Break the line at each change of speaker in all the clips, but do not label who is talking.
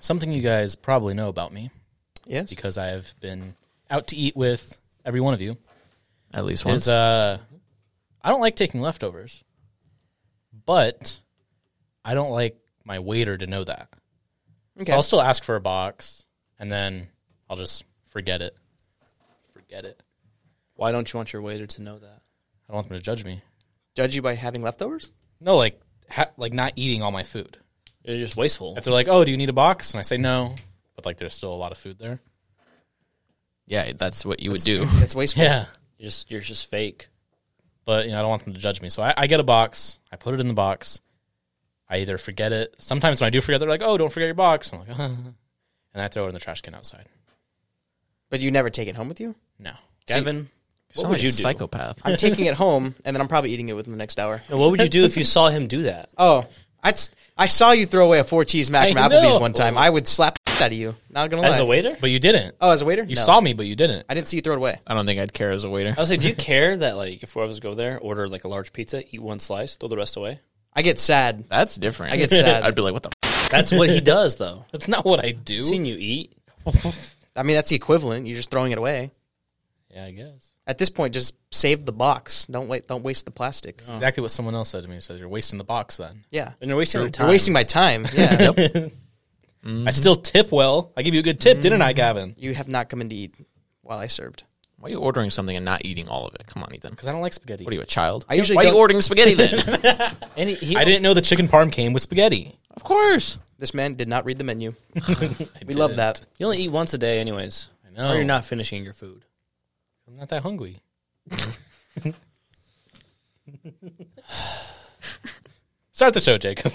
something you guys probably know about me
Yes.
because I have been out to eat with every one of you
At least
is uh, I don't like taking leftovers, but I don't like my waiter to know that.
okay.
So I'll still ask for a box, and then I'll just forget it. Forget it.
Why don't you want your waiter to know that?
I don't want them to judge me.
Judge you by having leftovers?
No, like ha- like not eating all my food.
You're just wasteful.
If they're like, "Oh, do you need a box?" and I say no, but like there's still a lot of food there.
Yeah, that's what you would do.
That's wasteful.
Yeah,
You're just you're just fake.
but you know I don't want them to judge me. So I, I get a box. I put it in the box. I either forget it. Sometimes when I do forget, they're like, "Oh, don't forget your box." I'm like, and I throw it in the trash can outside.
But you never take it home with you?
No,
Gavin,
Sound
what would
like
you
a
do?
Psychopath.
I'm taking it home, and then I'm probably eating it within the next hour.
No, what would you do if you saw him do that?
Oh, I'd, s- I saw you throw away a four cheese mac
I
from Applebee's
know.
one time. I would slap the out of you. Not gonna lie.
As a waiter?
but you didn't.
Oh, as a waiter?
you
No.
saw me, but you didn't.
I didn't see you throw it away.
I don't think I'd care as a waiter.
I was like, do you care that like if I was to go there, order like a large pizza, eat one slice, throw the rest away?
I get sad.
That's different.
I get sad.
I'd be like, what the? F-?
That's what he does though.
That's not what I do.
Seeing you eat.
I mean, that's the equivalent. You're just throwing it away.
Yeah, I guess.
At this point, just save the box. Don't wait. Don't waste the plastic.
Exactly what someone else said to me. He said, You're wasting the box then.
Yeah,
And you're wasting your time.
you're wasting my time. Yeah,
Mm-hmm.
I still tip well. I give you a good tip, didn't I, Gavin?
you have not come in to eat while I served.
Why are you ordering something and not eating all of it? Come on, Ethan.
Because I don't like spaghetti.
What are you, a child?
I usually
Why are
don't-
you ordering spaghetti then?
And he, he
I didn't know the chicken parm came with spaghetti.
of course.
This man did not read the menu.
I
We love
didn't.
that.
You only eat once a day, anyways. I
know.
Or you're not finishing your food.
I'm not that hungry. Start the show, Jacob.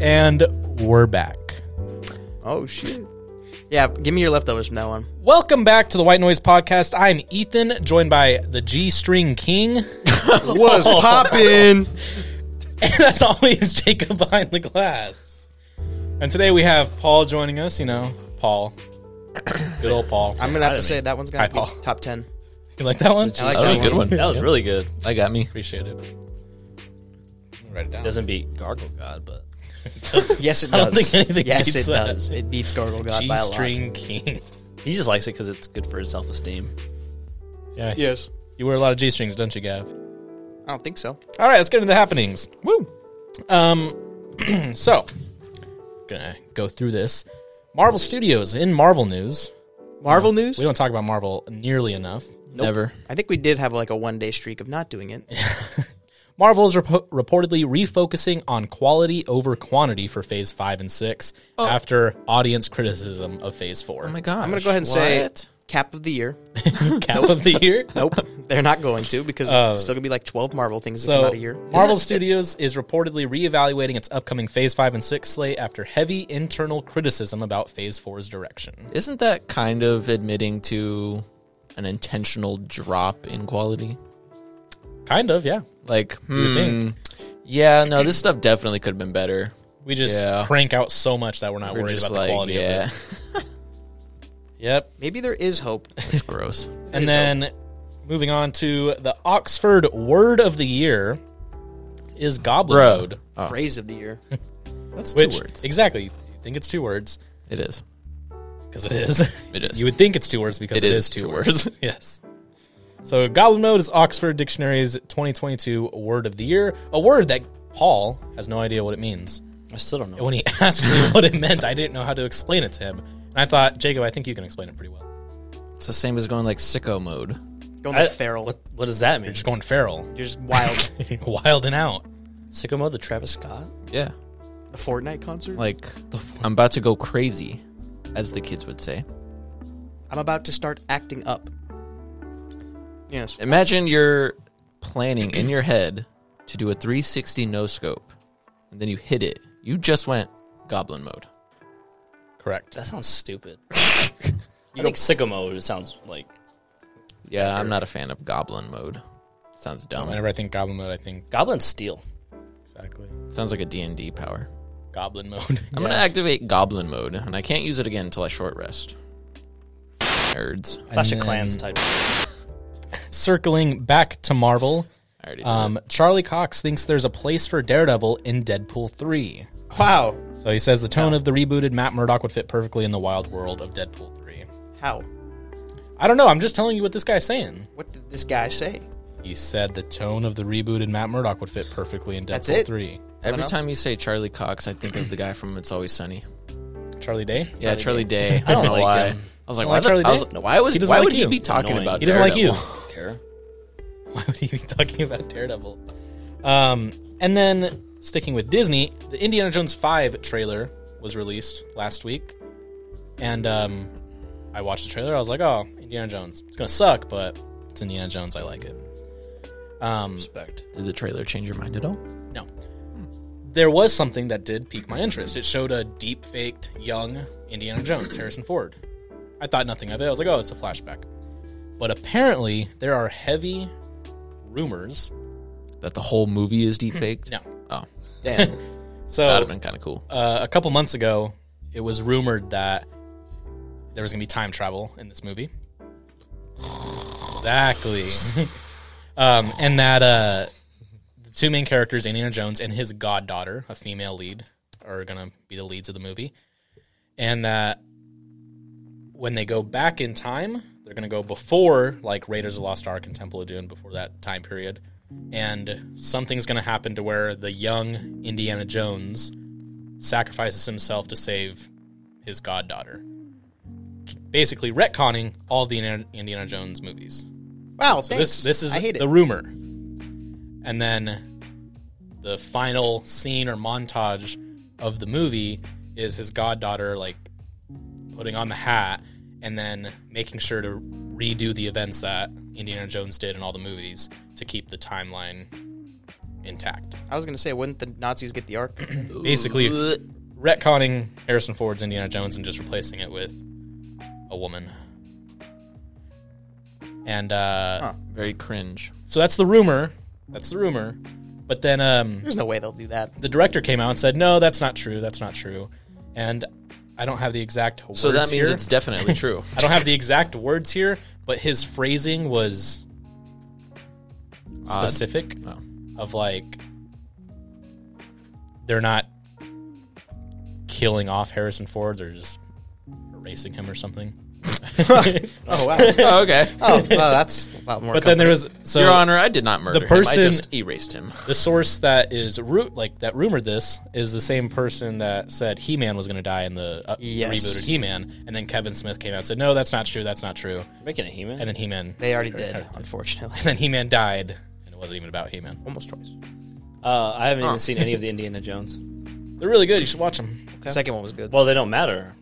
And we're back.
Oh shit. Yeah, give me your leftovers from that one.
Welcome back to the White Noise Podcast. I'm Ethan, joined by the G String King.
Was popping.
And as always, Jacob behind the glass. And today we have Paul joining us. You know, Paul. Good old Paul.
I'm gonna have to say that one's gonna
Hi,
be
Paul.
top ten.
you like that one?
I like
That was a
that
good
one.
one.
That was really good.
That got me.
Appreciate it. Write it down.
Doesn't beat Gargle God, but
Yes, it does.
I don't think anything
yes,
beats
it
that.
does. It beats Gargle God
G
by a lot.
string king.
he just likes it because it's good for his self esteem.
Yeah.
Yes.
You wear a lot of G strings, don't you, Gav?
I don't think so.
All right, let's get into the happenings. Woo. Um, so gonna go through this. Marvel Studios in Marvel news.
Marvel news.
We don't talk about Marvel nearly enough.
Never.
I think we did have like a one day streak of not doing it.
Marvel is repo- reportedly refocusing on quality over quantity for Phase 5 and 6 after audience criticism of Phase 4.
Oh my god.
I'm gonna go ahead and say cap of the year.
Cap of the year.
Nope, they're not going to because it's still gonna be like twelve Marvel things that come
Oh. So,
out a year.
Marvel Studios is reportedly reevaluating its upcoming Phase 5 and 6 slate after heavy internal criticism about Phase 4's direction.
Isn't that kind of admitting to an intentional drop in quality?
Kind of, yeah.
Like,
would
hmm, yeah, no, this stuff definitely could have been better.
We just
Yeah.
crank out so much that we're not
We're
worried
just
about
like,
the quality
yeah,
of it. Yep.
Maybe there is hope.
it's gross.
And then moving on to the Oxford Word of the Year is Goblin
Bro.
Road.
Phrase of the year.
Oh, That's
Which,
two words.
Exactly. You think it's two words
It is.
because it is.
It is.
You would think it's two words because
It
it
is
is, two,
two
words.
words.
yes. So Goblin Mode is Oxford Dictionary's 2022 Word of the Year, a word that Paul has no idea what it means.
I still don't know.
When he asked me what it meant, I didn't know how to explain it to him. And I thought, Jacob, I think you can explain it pretty well.
It's the same as going like sicko mode.
Going
I-
like feral.
What, what does that mean?
You're just going feral,
You're just wild.
wilding out.
Sycamore, the Travis Scott?
Yeah,
the Fortnite concert.
like I'm about to go crazy, as the kids would say.
I'm about to start acting up. Yes.
Imagine you're planning in your head to do a 360 no scope, and then you hit it. You just went goblin mode.
Correct.
That sounds stupid. I think Sycamore sounds like
Yeah, I'm not a fan of goblin mode. Sounds dumb.
Whenever I think Goblin Mode, I think
Goblin Steel.
exactly.
Sounds like a D&D power.
Goblin mode.
I'm gonna activate Goblin mode, and I can't use it again until I short rest. Nerds.
Clash
And
of Clans
then-
type.
Circling back to Marvel,
I already did
um, Charlie Cox thinks there's a place for Daredevil in Deadpool 3.
Wow.
So he says the tone of the rebooted Matt Murdock would fit perfectly in the wild world of Deadpool 3.
How?
I don't know. I'm just telling you what this guy's saying.
What did this guy say?
He said the tone of the rebooted Matt Murdock would fit perfectly in Deadpool
That's it?
3.
it. Every
else?
time you say Charlie Cox, I think of the guy from It's Always Sunny.
Charlie Day?
yeah, Charlie Day. I
don't like
why.
him.
I was like,
You
why,
like
the-
Charlie
I was
Day?
like, why was
He
he
doesn't
why
like
would he
you.
be talking
Annoying.
about?
He doesn't like you.
Daredevil?
Care.
Why would he be talking about Daredevil? Um, and then sticking with Disney, the Indiana Jones 5 trailer was released last week. And um, I watched the trailer. I was like, oh, Indiana Jones. It's going to suck, but it's Indiana Jones. I like it. Um,
Respect.
Did the trailer change your mind at all?
No. There was something that did pique my interest. It showed a deep faked young Indiana Jones, Harrison Ford. I thought nothing of it. I was like, oh, it's a flashback. But apparently, there are heavy rumors.
That the whole movie is deep faked?
No.
Oh,
Damn.
that'd have
So,
been kind of cool.
uh, a couple months ago, it was rumored that there was going to be time travel in this movie. Exactly. um, and that uh, the two main characters, Indiana Jones and his goddaughter, a female lead, are going to be the leads of the movie. And that when they go back in time, they're going to go before, like, Raiders of the Lost Ark and Temple of Doom, before that time period. And something's going to happen to where the young Indiana Jones sacrifices himself to save his goddaughter. Basically, retconning all the Indiana- Indiana Jones movies.
Wow.
So this this is
I hate
the
it.
rumor. And then the final scene or montage of the movie is his goddaughter like putting on the hat and then making sure to redo the events that Indiana Jones did in all the movies to keep the timeline intact.
I was gonna say, wouldn't the Nazis get the Ark?
Basically retconning Harrison Ford's Indiana Jones and just replacing it with a woman. And uh
Very cringe.
So that's the rumor. That's the rumor. But then um,
There's no way they'll do that.
the director came out and said, "No, that's not true. That's not true." And I don't have the exact words
So that means
here.
it's definitely true.
I don't have the exact words here, but his phrasing was
Odd.
specific
Oh.
of like they're not killing off Harrison Ford; they're just erasing him or something.
Oh wow.
Oh, okay.
oh, well, that's a lot more.
But then there was so
Your Honor, I did not murder
The
him. I
person-
just erased him.
the source that is root like that rumored this is the same person that said He-Man was going to die in the uh,
Yes.
rebooted He-Man, and then Kevin Smith came out and said, "No, that's not true. That's not true."
Making a He-Man.
And then He-Man,
they already did, unfortunately.
and then He-Man died, and it wasn't even about He-Man.
Almost twice.
Uh, I haven't even seen any of the Indiana Jones.
They're really good. You should watch them.
Second one was good.
Well, they don't matter.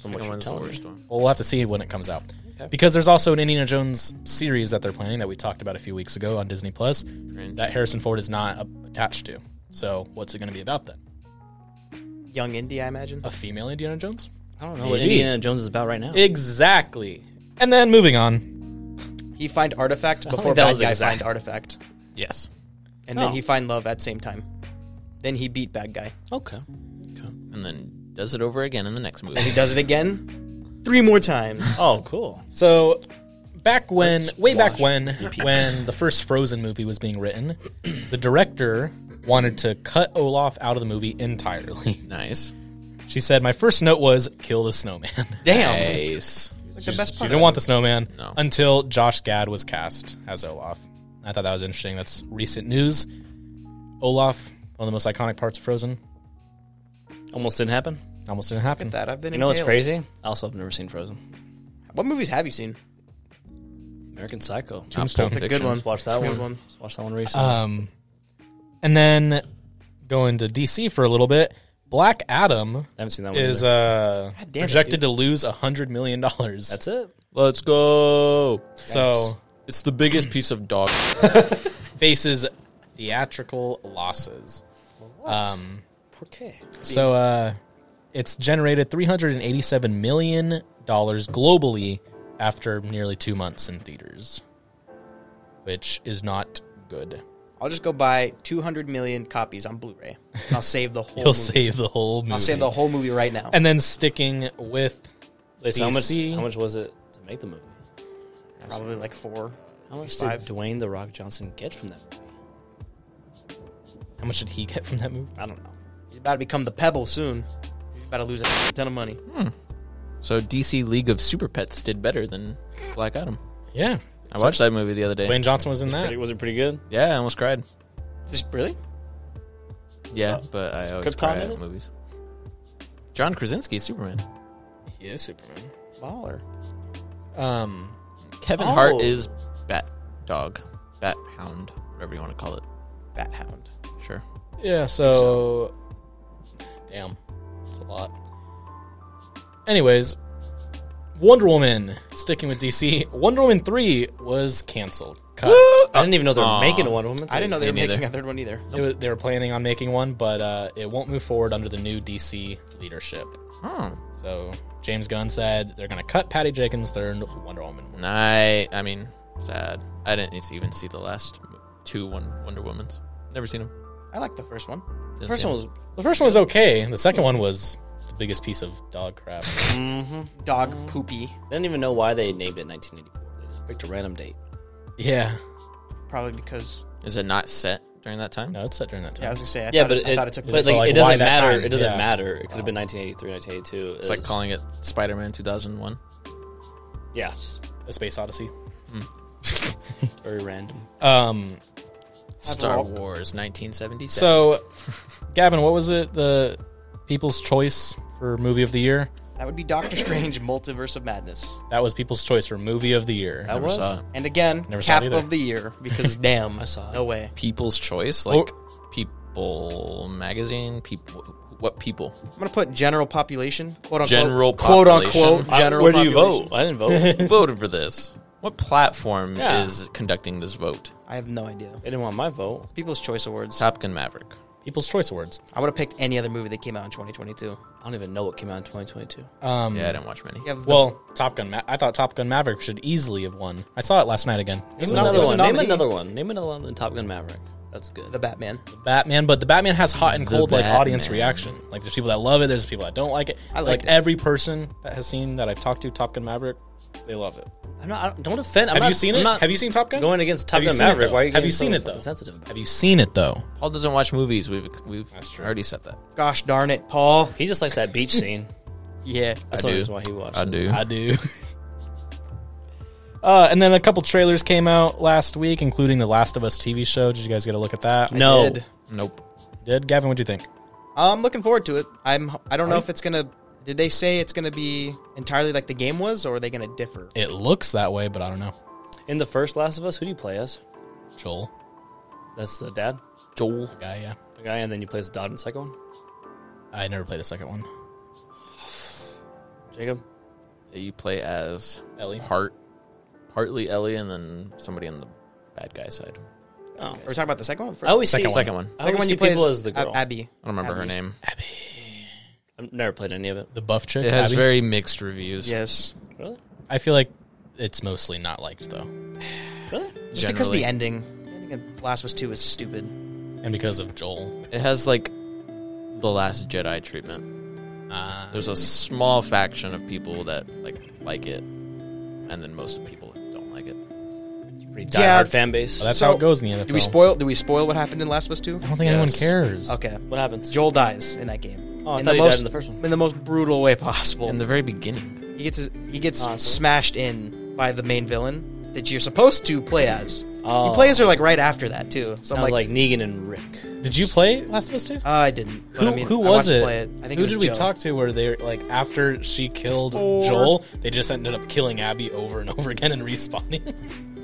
From what
Which
you're
one's the
telling me.
worst one?
Well, we'll have to see when it comes out, because there's also an Indiana Jones series that they're planning that we talked about a few weeks ago on Disney Plus that Harrison Ford is not uh, attached to. So, what's it going to be about then?
Young Indy, I imagine.
A female Indiana Jones?
I don't know what
Maybe.
Indiana Jones is about right now.
Exactly. And then moving on.
He find artifact before
that
bad
was
guy
exact.
find artifact,
Yes.
and then
Oh.
he find love at same time. Then he beat bad guy.
okay.
And then does it over again in the next movie.
He does it again, three more times.
Oh, cool.
So back when way back
Squash.
when when the first Frozen movie was being written, the director wanted to cut Olaf out of the movie entirely.
nice.
She said, "My first note was kill the snowman."
Damn.
Nice.
she,
It's like the best
she
part.
didn't want the snowman
No.
until Josh Gad was cast as Olaf. I thought that was interesting. That's recent news. Olaf, one of the most iconic parts of Frozen,
Almost didn't happen.
almost didn't happen.
that. I've been.
You know what's
impaled.
crazy? I also have never seen Frozen.
What movies have you seen?
American Psycho.
Tombstone.
Not Pulp
It's a good
Fiction.
one.
Just watched that
It's a
one.
good one.
Just watched that one
Uh,
recently.
Um, and then going to DC for a little bit, Black Adam
I haven't seen that one.
is
either.
uh,
damn it,
projected to lose a hundred million dollars.
That's it.
Let's go.
so
It's the biggest piece of dog.
faces theatrical losses. Um,
Okay.
so uh, it's generated three hundred and eighty-seven million dollars globally after nearly two months in theaters, which is not good.
I'll just go buy 200 million copies on Blu-ray. And I'll save the whole.
He'll
movie.
save the whole movie.
I'll save the whole movie right now.
and then sticking with
Wait, so how much?
DC.
How much was it to make the movie?
Probably like four.
How much
Five.
did Dwayne the Rock Johnson get from that? Movie?
how much did he get from that movie?
I don't know. He's about to become the Pebble soon. He's about to lose a ton of money.
So DC League of Super Pets did better than Black Adam.
Yeah,
I watched that movie the other day.
Wayne Johnson was in
Pretty,
that.
was it pretty good?
Yeah, I almost cried.
Just really?
Yeah,
Uh,
but I always
Krypton
cry
in
at
it?
movies. John Krasinski, Superman.
He is Superman.
Baller.
Um,
Kevin
Oh.
Hart is Bat Dog, Bat Hound, whatever you want to call it.
Bat Hound.
Sure.
yeah. So, damn, it's a lot. Anyways, Wonder Woman sticking with DC. Wonder Woman three was canceled. Cut.
I didn't even know they were
Aw.
making a Wonder Woman.
Uh, I didn't know they
Me
were making
neither.
a third one either.
It was- they were planning on making one, but uh, it won't move forward under the new DC leadership.
Oh,
So James Gunn said they're going to cut Patty Jenkins' third Wonder Woman.
I, I mean, sad. I didn't even see the last two Won- Wonder Womans. Never seen them.
I like the first one.
Didn't
The first
see
one
'em.
was
The first one was okay. The second one was the biggest piece of dog crap.
Dog poopy.
I didn't even know why they named it 1984. They just picked a random date.
yeah.
Probably because
Is it not set during that time?
No, it's set during that time.
yeah, I was gonna say. I
Yeah,
thought
but
it,
it,
I thought it took.
but
So, like,
like, it
why
doesn't
that
matter.
time?
It doesn't
Yeah.
matter. It could have been 1983, 1982.
It's like calling it Spider Man 2001.
Yeah, it's
A Space Odyssey.
very random.
Um,
Star
Rock.
Wars 1977.
so, Gavin, what was it? The People's Choice for Movie of the Year?
that would be Doctor Strange: Multiverse of Madness.
That was People's Choice for Movie of the Year.
That
Never
was.
saw it.
And again,
Never saw it
cap
either.
of the year because damn, I
saw it.
No way.
People's
Oh.
Choice, like People Magazine, people. What people?
I'm gonna put general population, quote unquote,
General
quote unquote,
population.
I-
general.
Where do you
population.
vote? I didn't vote. they
Who voted for this? What platform
Yeah.
is conducting this vote?
I have no idea.
didn't want my vote.
People's Choice Awards.
Top Gun Maverick.
People's Choice Awards.
I would have picked any other movie that came out in 2022.
I don't even know what came out in 2022.
Um,
Yeah, I didn't watch many.
You have the-
Well, Top Gun. Ma- I thought Top Gun Maverick should easily have won. I saw it last night again. It was
Name another
was a
one. Name
nominee.
another one. Name another one than Top Gun Maverick. That's good.
the Batman.
Batman, but the Batman has hot and
The
cold like audience
Batman.
reaction. Like there's people that love it, there's people that don't like it.
I
like
liked it.
every person that has seen that I've talked to Top Gun Maverick, they love it.
I'm not. I don't, don't offend. I'm
have
not,
you seen
I'm
it?
Not
have you seen Top Gun?
going against Top
Have you
Gun
seen it,
Maverick?
though?
Why are you?
Have
getting
you
so
seen it though?
Sensitive. about
Have
it?
you seen it though?
Paul doesn't watch movies. We've we've
true.
already said that.
Gosh darn it, Paul.
He just likes that beach scene.
Yeah.
That's
I
the
do.
reason why he watched.
I
it.
do.
I do. uh, and then a couple trailers came out last week, including the Last of Us TV show. Did you guys get a look at that?
No.
did.
nope.
Did Gavin? What do you think?
I'm looking forward to it. I'm. I don't know if it's gonna. Did they say it's gonna be entirely like the game was, or are they gonna differ?
It looks that way, but I don't know.
In the first Last of Us, who do you play as?
Joel,
That's the dad,
Joel.
the guy, yeah.
the guy, and then you play as the dad in the second one.
I never played the second one.
Jacob.
You play as
Ellie.
part, partly Ellie, and then somebody on the bad guy side.
Oh,
Are we talking about the second one?
I always
Second
see
Second one.
I
second
always
one
see
you play
people
as
as the
Ab-
girl.
Abby.
I don't remember her
Abby.
name.
I've never played any of it.
The buff chick.
It has
Abby?
very mixed reviews.
Yes.
Really?
I feel like it's mostly not liked though,
Really?
Just because the
generally.
ending, the ending of Last of Us Two is stupid.
and because of Joel.
It has like the Last Jedi treatment.
Uh,
There's a small faction of people that like like it, and then most people don't like it.
Pretty diehard
Yeah.
fan base.
That's how it goes in the NFL.
Do we spoil? Do we spoil what happened in Last of Us Two?
I don't think anyone
Yes.
cares.
Okay.
what happens.
Joel dies in that game.
Oh, I
in
thought
the
he
most,
died in the first one.
in the most brutal way possible.
In the very beginning,
he gets his, he gets
Oh, so-
smashed in by the main villain that you're supposed to play as.
Oh.
You play as her like right after that too. So I'm
Sounds
like,
like, Negan and Rick.
Did you play Last of Us Two?
uh, I didn't. But
Who,
I mean,
who
I
was
watched
it?
Play it. I think
who
it was
did we
Joe.
talk to where they were like after she killed Joel, they just ended up killing Abby over and over again and respawning.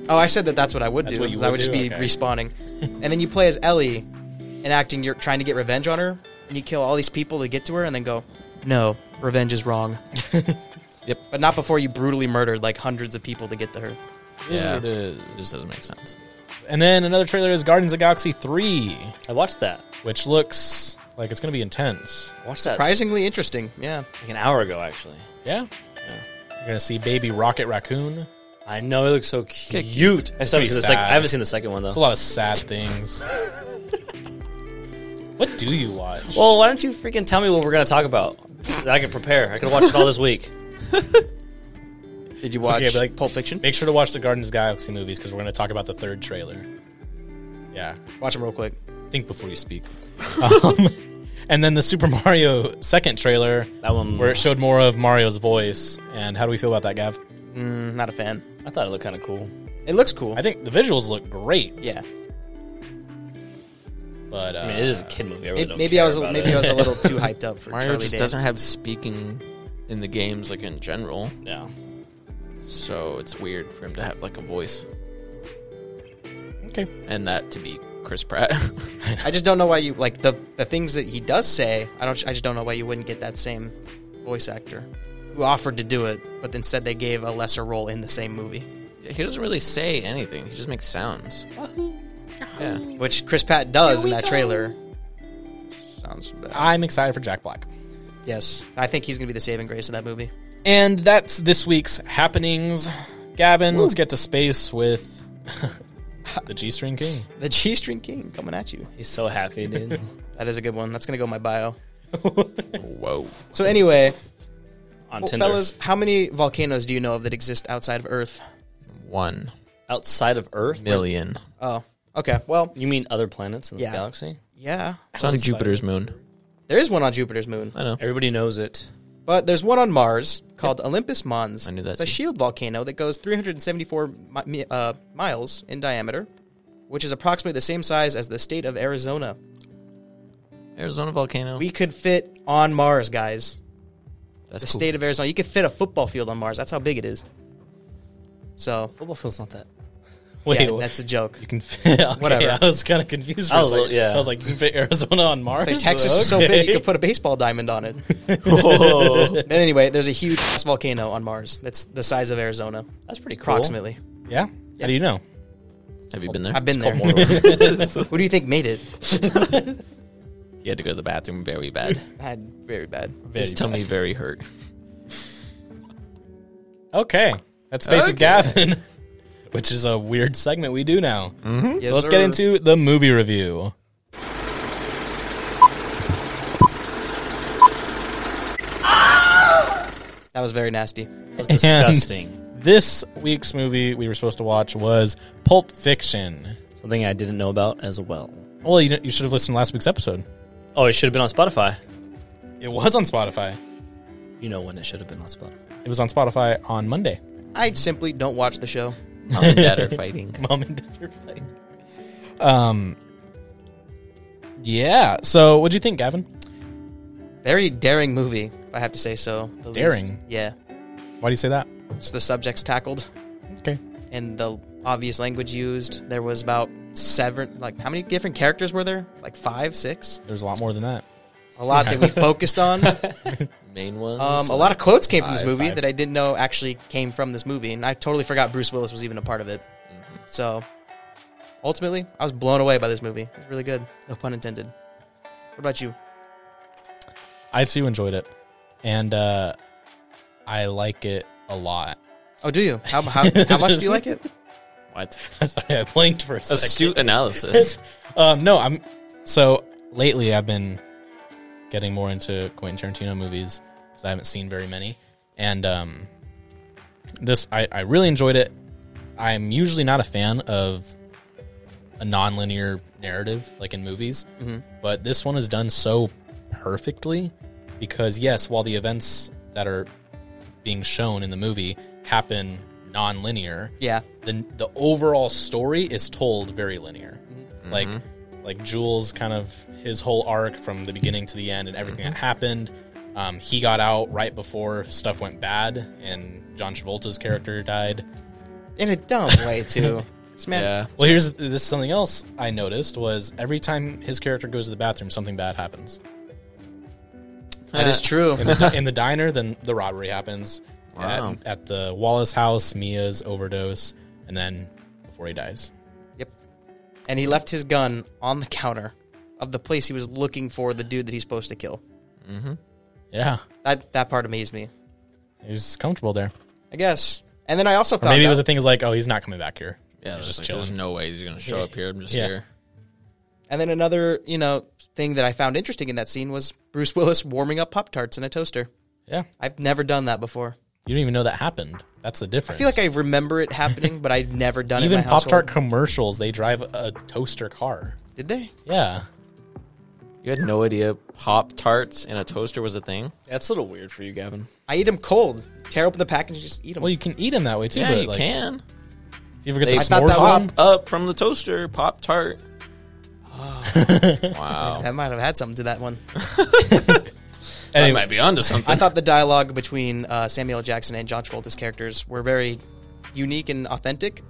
Oh, I said that that's what I would
That's
do.
what you
is I
would
would just
do?
be
Okay.
respawning, and then you play as Ellie, and acting you're trying to get revenge on her, and you kill all these people to get to her, and then go, no, revenge is wrong.
Yep.
But not before you brutally murdered like hundreds of people to get to her.
yeah,
what it is.
it just doesn't make sense.
And then another trailer is Guardians of the Galaxy Three,
I watched that.
which looks like it's going to be intense.
I watched that
Surprisingly interesting. Yeah.
like an hour ago, actually.
Yeah,
Yeah.
you're going to see baby Rocket Raccoon.
I know it looks so cute. I still haven't
Pretty
seen the second.
sad.
I haven't seen the second one though.
It's a lot of sad things. what do you watch?
Well, why don't you freaking tell me what we're gonna talk about? I can prepare. I can watch it all this week.
Did you watch
Okay, but, like-
Pulp Fiction?
Make sure to watch the Guardians of the Galaxy movies because we're going to talk about the third trailer. Yeah,
Watch them real quick.
think before you speak. um, and then the Super Mario second trailer,
That one.
where it showed more of Mario's voice. And how do we feel about that, Gav?
Mm, not a fan.
I thought it looked kind of cool.
It looks cool.
I think the visuals look great.
yeah.
but uh,
I mean, it is a kid movie. I
Maybe,
really don't
maybe
care
I was a-
about
maybe
it.
I was a little too hyped up for
Mario
Charlie
just
Day.
doesn't have speaking in the games like in general,
yeah.
so it's weird for him to have like a voice
okay.
and that to be Chris Pratt.
I just don't know why you like the the things that he does say. I don't. I just don't know why you wouldn't get that same voice actor who offered to do it, but then said they gave a lesser role in the same movie.
he doesn't really say anything. He just makes sounds. Yeah.
which Chris Pat does in that trailer. Sounds bad.
I'm excited for Jack Black.
Yes, I think he's gonna be the saving grace in that movie.
And that's this week's happenings. Gavin, let's get to space with the G String King.
The G String King coming at you.
He's so happy, dude.
That is a good one. That's gonna go in my bio.
Whoa.
So anyway,
On
well,
Tinder,
fellas, how many volcanoes do you know of that exist outside of Earth?
One
outside of Earth,
million.
Oh, okay. Well,
you mean other planets in the
Yeah.
galaxy?
yeah,
It's on Jupiter's moon.
there is one on Jupiter's moon,
I know.
Everybody knows it.
but there's one on Mars called Olympus Mons.
I knew that
It's a
too.
shield volcano that goes 374 mi- mi- uh, miles in diameter, which is approximately the same size as the state of Arizona.
Arizona volcano.
We could fit on Mars, guys.
That's
the
cool.
state of Arizona. You could fit a football field on Mars. That's how big it is. So
Football field's not that.
Wait,
yeah, that's a joke.
you can fit. okay,
Whatever.
I was kind of confused. For
I
a
was a
second.
little- yeah.
I was like, you can fit Arizona on Mars.
Say Texas is so
Okay.
big you could put a baseball diamond on it. But anyway, there's a huge ass volcano on Mars that's the size of Arizona,
That's pretty cool.
approximately.
yeah? How do you know?
Have you been there?
I've been there.
called Moro.
Who do you think made it?
you had to go to the bathroom very bad.
I, very bad.
His tummy very hurt.
Okay, that's space with Gavin, which is a weird segment we do now.
Yes,
So let's
sir.
get into the movie review.
That was very nasty.
That was disgusting.
This week's movie we were supposed to watch was Pulp Fiction.
Something I didn't know about as well.
Well, you, you should have listened to last week's episode.
Oh, it should have been on Spotify.
It was on Spotify.
You know when it should have been on Spotify.
It was on Spotify on Monday.
I simply don't watch the show.
Mom and dad are fighting.
Mom and dad are fighting. Um. Yeah. So, what'd you think, Gavin?
Very daring movie, if I have to say so. the least.
Daring?
Yeah.
Why do you say that?
It's the subjects tackled.
Okay.
and the obvious language used. There was about seven, like how many different characters were there? Like five, six?
There's a lot more than that.
A lot that we focused on.
Main ones.
Um, a lot of quotes came from this
Five,
movie
five.
that I didn't know actually came from this movie, and I totally forgot Bruce Willis was even a part of it. So ultimately, I was blown away by this movie. It was really good, no pun intended. What about you?
I too enjoyed it, and uh, I like it a lot.
Oh, do you? How, how, how much do you like it?
What?
Sorry, I blinked for a second.
Astute analysis.
Um, no, I'm so lately I've been getting more into Quentin Tarantino movies because I haven't seen very many, and um, this I, I really enjoyed it. I'm usually not a fan of a non-linear narrative like in movies, but this one is done so perfectly because yes, while the events that are being shown in the movie happen non-linear,
Yeah,
the the overall story is told very linear. Like like Jules kind of his whole arc from the beginning to the end and everything that happened. Um, he got out right before stuff went bad and John Travolta's character died.
in a dumb way too. This man,
Yeah.
Well, here's this is something else I noticed was every time his character goes to the bathroom, something bad happens.
that is true.
Uh, In the, di- in the diner, then the robbery happens.
Wow.
At, at the Wallace house, Mia's overdose, and then before he dies.
Yep. And he left his gun on the counter of the place he was looking for the dude that he's supposed to kill.
Yeah,
That that part amazed me.
he was comfortable there.
I guess. And then I also
Or
found
maybe it
out-
was a thing is like, oh, he's not coming back here.
Yeah,
he's
there's,
just
like,
chilling.
there's no way he's gonna show up here. I'm just
Yeah.
here.
And then another, you know, thing that I found interesting in that scene was Bruce Willis warming up Pop Tarts in a toaster.
yeah,
I've never done that before.
you didn't even know that happened. That's the difference.
I feel like I remember it happening, but I'd never done it.
even
in my
Pop Tart
household.
commercials, they drive a toaster car.
Did they?
Yeah,
You had no idea Pop Tarts and a toaster was a thing.
That's a little weird for you, Gavin.
I eat them cold. Tear open the package and just eat them.
well, you can eat them that way too.
Yeah,
but
you
like,
can.
If you ever get
They
the
thought
s'mores
that was-
one,
Pop up from the toaster, Pop Tart. wow,
that might have had something to that one.
I
anyway,
might be onto
I
something.
thought the dialogue between uh, Samuel L. Jackson and John Travolta's characters were very unique and authentic.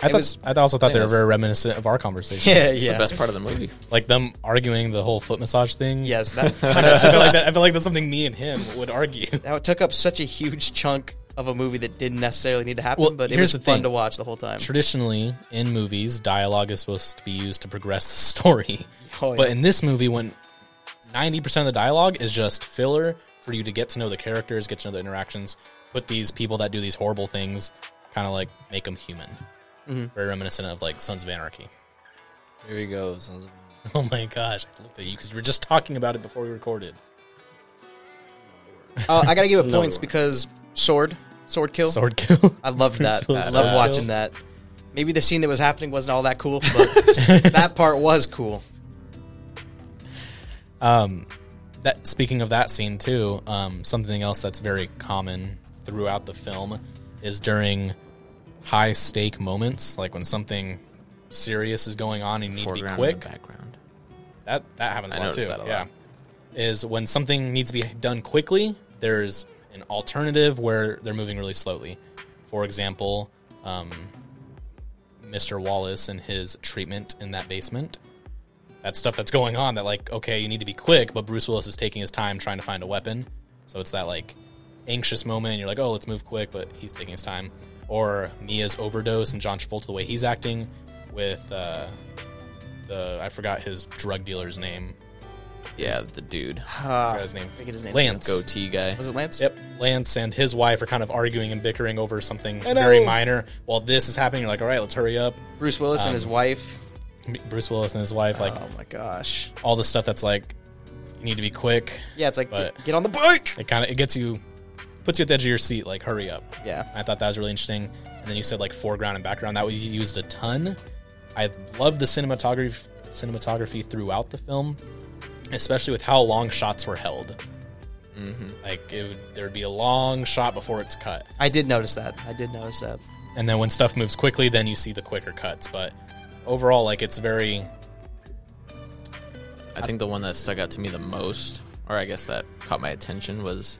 I,
it
thought,
was-
I also thought they were
anyways.
very reminiscent of our conversation.
It's the best part of the movie.
like them arguing the whole foot massage thing.
Yes, that
I
kind
feel,
of took,
like
up,
that, I feel like that's something me and him would argue.
that took up such a huge chunk of a movie that didn't necessarily need to happen,
Well,
but it
here's
was
the
fun
thing.
to watch the whole time.
Traditionally, in movies, dialogue is supposed to be used to progress the story.
Oh, yeah.
But in this movie, when 90% of the dialogue is just filler for you to get to know the characters, get to know the interactions, put these people that do these horrible things, kind of like make them human.
Mm-hmm.
Very reminiscent of like Sons of Anarchy.
Here he goes.
Oh my gosh, I looked at you because you were just talking about it before we recorded.
Uh, I gotta give it
No,
points
we weren't.
because sword, sword kill.
Sword kill.
I loved that.
Sword
I
kill.
love watching that. Maybe the scene that was happening wasn't all that cool, but that part was cool.
Um, that speaking of that scene too, um, something else that's very common throughout the film is during high stake moments, like when something serious is going on and you need to be
Foreground and
quick.
background.
That that happens a
I
lot
noticed
too.
that a lot.
Yeah, is when something needs to be done quickly. There's an alternative where they're moving really slowly. For example, um, Mr. Wallace and his treatment in that basement. That stuff that's going on. That like, okay, you need to be quick, but Bruce Willis is taking his time trying to find a weapon. So it's that like anxious moment. And you're like, oh, let's move quick, but he's taking his time. Or Mia's overdose and John Travolta the way he's acting with. Uh, the I forgot his drug dealer's name.
Yeah, the dude,
I
Uh,
forgot his name.
forget his name.
Lance.
goatee guy.
was it Lance?
Yep, Lance and his wife are kind of arguing and bickering over something
know.
very minor. While this is happening, you're like, all right, let's hurry up.
Bruce Willis
Um,
and his wife.
Bruce Willis and his wife, like
oh my gosh.
all the stuff that's like, you need to be quick.
Yeah, it's like
But-
get, get on the bike.
It kind of it gets you, puts you at the edge of your seat. Like, hurry up.
Yeah,
I thought that was really interesting. And then you said like foreground and background. That was used a ton. I loved the cinematography cinematography throughout the film, especially with how long shots were held.
Mm-hmm.
Like it would, there would be a long shot before it's cut,
I did notice that. I did notice that.
and then when stuff moves quickly, then you see the quicker cuts. But overall, like it's very
I think the one that stuck out to me the most, or I guess that caught my attention, was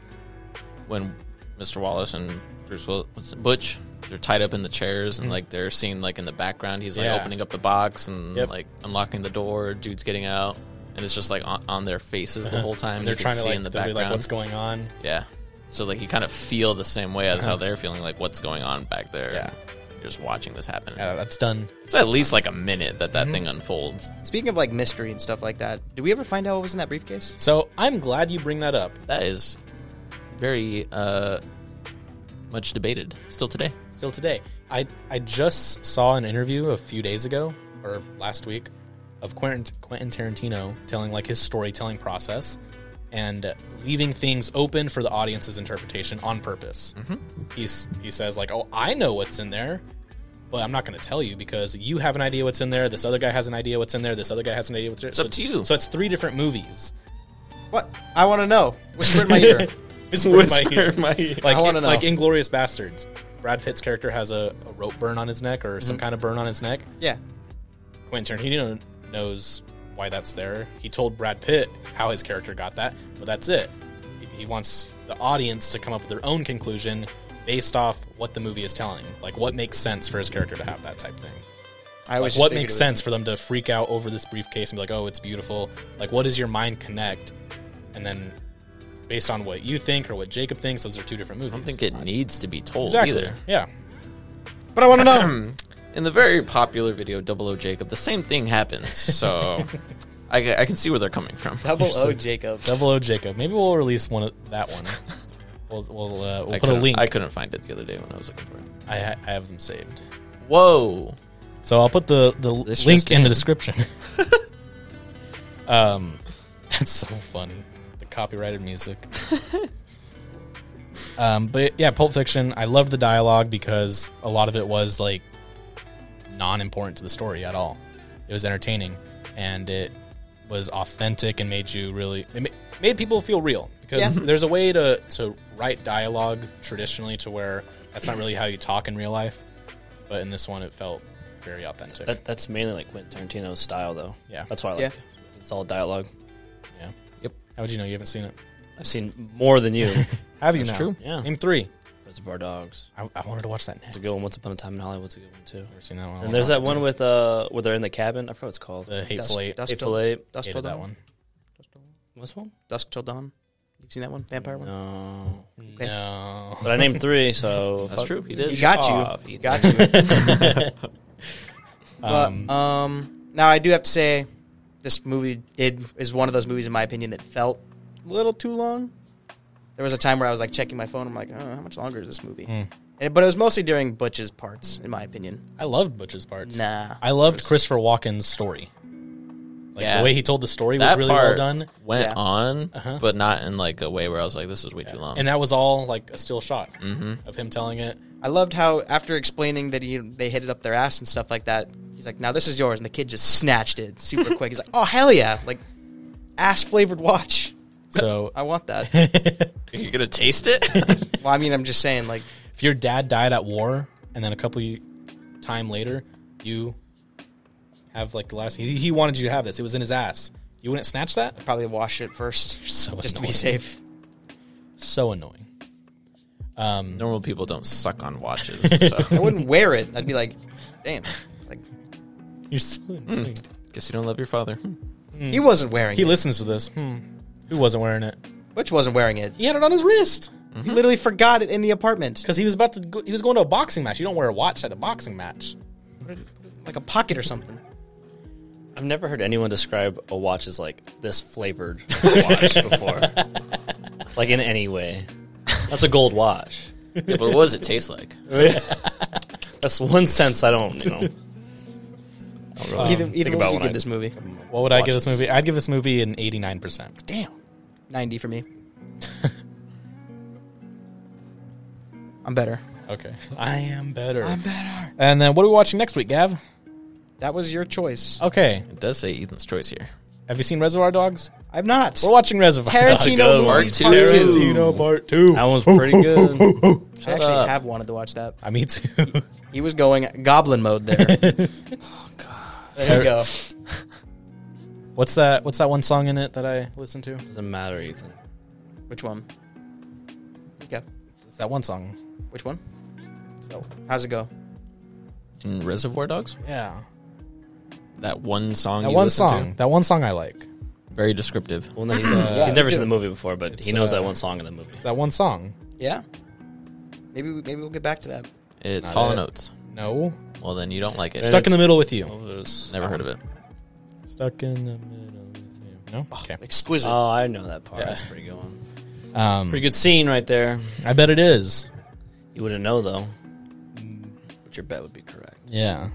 when Mr. Wallace and Bruce Will- what's it, Butch they're tied up in the chairs and like they're seen like in the background. He's like
Mm-hmm. Yeah.
opening up the box and
Yep.
like unlocking the door. Dude's getting out, and it's just like on, on their faces the whole time.
Uh-huh. and they're
You can
trying to
see
like,
in the
they'll be
background.
like what's going on.
yeah, so like you kind of feel the same way as how they're feeling, like what's going on back there.
Uh-huh. Yeah.
You're just watching this happen.
Yeah, Mm-hmm. that's done.
It's at least like a minute that that thing unfolds.
Speaking of like mystery and stuff like that, did we ever find out what was in that briefcase?
So I'm glad you bring that up.
That is very uh, much debated still today.
still today. I I just saw an interview a few days ago or last week of Quentin Quentin Tarantino telling like his storytelling process and leaving things open for the audience's interpretation on purpose. He's he says like, "Oh, I know what's in there." But I'm not going to tell you because you have an idea what's in there. This other guy has an idea what's in there. This other guy has an idea what's in there. It's
up to you.
So it's three different movies.
What? I want to know. Whisper in my ear.
Whisper in my ear.
my ear.
Like,
I wanna know.
like Inglorious Bastards. Brad Pitt's character has a, a rope burn on his neck or some
Mhm.
kind of burn on his neck.
Yeah.
Quentin Tarantino knows why that's there. He told Brad Pitt how his character got that, but that's it. He, he wants the audience to come up with their own conclusion based off what the movie is telling. Like, what makes sense for his character to have that type thing?
I
Like,
always
what
just figured
makes
it was-
sense for them to freak out over this briefcase and be like, oh, it's beautiful? Like, what does your mind connect? And then, based on what you think or what Jacob thinks, those are two different movies.
I don't think it needs to be told
exactly.
either.
Yeah.
But I want to know.
In the very popular video Double O Jacob, the same thing happens. So I, ca- I can see where they're coming from.
Double O Jacob.
Double O Jacob. Maybe we'll release one of that one. We'll, we'll, uh, we'll
I
put a
couldn't-
link.
I
I,
couldn't find it the other day when I was looking for it.
I, ha- I have them saved.
Whoa!
So I'll put the, the l-
This
link
just
in the
in.
description. um, that's so funny. The copyrighted music. um, but yeah, Pulp Fiction. I loved the dialogue because a lot of it was like non-important to the story at all. It was entertaining, and it was authentic and made you really it ma- made people feel real because there's a way to to write dialogue traditionally to where that's not really how you talk in real life, but in this one it felt very authentic.
That, that's mainly like Quentin Tarantino's style, though.
Yeah.
that's why I like
Yeah.
it. it's all dialogue.
yeah.
Yep.
How would you know you haven't seen it?
I've seen more than you.
Have you
That's
now?
true.
Yeah.
Name three.
Reservoir Dogs.
I, I wanted to watch that next.
It's a good one. Once Upon a Time in Hollywood's a good one too.
Never seen that one.
And there's that one with uh, where they're in the cabin. I forgot what it's called.
the hateful eight.
Dust
Hateful
Till-
Eight.
Dusk Till
Hated that
Dawn.
one.
What's one?
Dusk Till Dawn. You've seen that one? Vampire one?
No.
Okay.
No.
But I named three, so
That's
fuck
true. He did.
Oh, He got you.
off, Ethan.
Got you.
Um,
But um, now I do have to say, this movie did is one of those movies in my opinion that felt a little too long. There was a time where I was like checking my phone. I'm like, oh, how much longer is this movie? And, but it was mostly during Butch's parts, in my opinion.
I loved Butch's parts.
Nah,
I loved Christopher Walken's story. Like
Yeah.
the way he told the story was
That
really well
part
done. Uh-huh.
went
Yeah.
on, but not in like a way where I was like, "This is way too long."
and that was all like a still shot of him telling it.
I loved how after explaining that he, they hit it up their ass and stuff like that, he's like, now this is yours, and the kid just snatched it super quick. He's like, oh hell yeah, like ass flavored watch.
So
I want that.
You're gonna taste it.
well, I mean, I'm just saying, like,
if your dad died at war, and then a couple y- time later, you have like the last he, he wanted you to have this. It was in his ass. You wouldn't snatch that.
probably wash it first,
so
just to be
annoying.
safe.
So annoying.
Normal people don't suck on watches. So
I wouldn't wear it. I'd be like, damn, like
You're so annoying.
guess you don't love your father. Hmm.
he wasn't wearing
Hmm. Mm. He
it.
listens to this. Hmm. Who wasn't wearing it?
Butch wasn't wearing it.
He had it on his wrist
He literally forgot it in the apartment,
because he was about to. Go, he was going to a boxing match. You don't wear a watch at a boxing match.
like a pocket or something.
I've never heard anyone describe a watch as like this flavored watch before, like in any way. That's a gold watch.
Yeah, but what does it taste like?
That's one sense I don't, you know.
Um,
either either
think
one
about
you
when
give
I-
this movie.
What would I give this
Watches.
movie? I'd give this movie an eighty nine percent.
Damn, ninety for me. I'm better.
Okay, I am better.
better.
and then what are we watching next week, Gav?
That was your choice.
Okay,
It does say Ethan's choice here.
have you seen Reservoir Dogs?
I've not.
We're watching Reservoir Dogs.
Tarantino
Dogs.
movie
Part
part
two.
two.
Tarantino Part Two.
That one's pretty good.
I actually
up.
have wanted to watch that.
I me too.
He was going goblin mode there. oh god. There you go.
What's that? What's that one song in it that I listened to?
Doesn't matter, Ethan.
Which one? Okay.
It's that one song.
Which one?
So
How's it go?
In Reservoir Dogs,
yeah,
that one song.
that
you
one
listen
song. That one song I like. It's
to? very descriptive.
Well, no, he's, uh,
Yeah,
he's never
it's
seen
a-
the movie before, but he
it's,
knows
uh,
that one song in the movie.
that one song.
Yeah. Maybe we, maybe we'll get back to that.
It's
Not
Hall
it.
and Oats.
No,
Well, then you don't like it.
And
stuck in
it's-
the middle with you.
Never heard of it.
Stuck in the middle with you. No. Okay.
Exquisite.
Oh, I know that part.
Yeah.
That's a pretty good one.
Um,
Pretty good scene right there.
I bet it is.
You wouldn't know though, but your bet would be correct.
Yeah.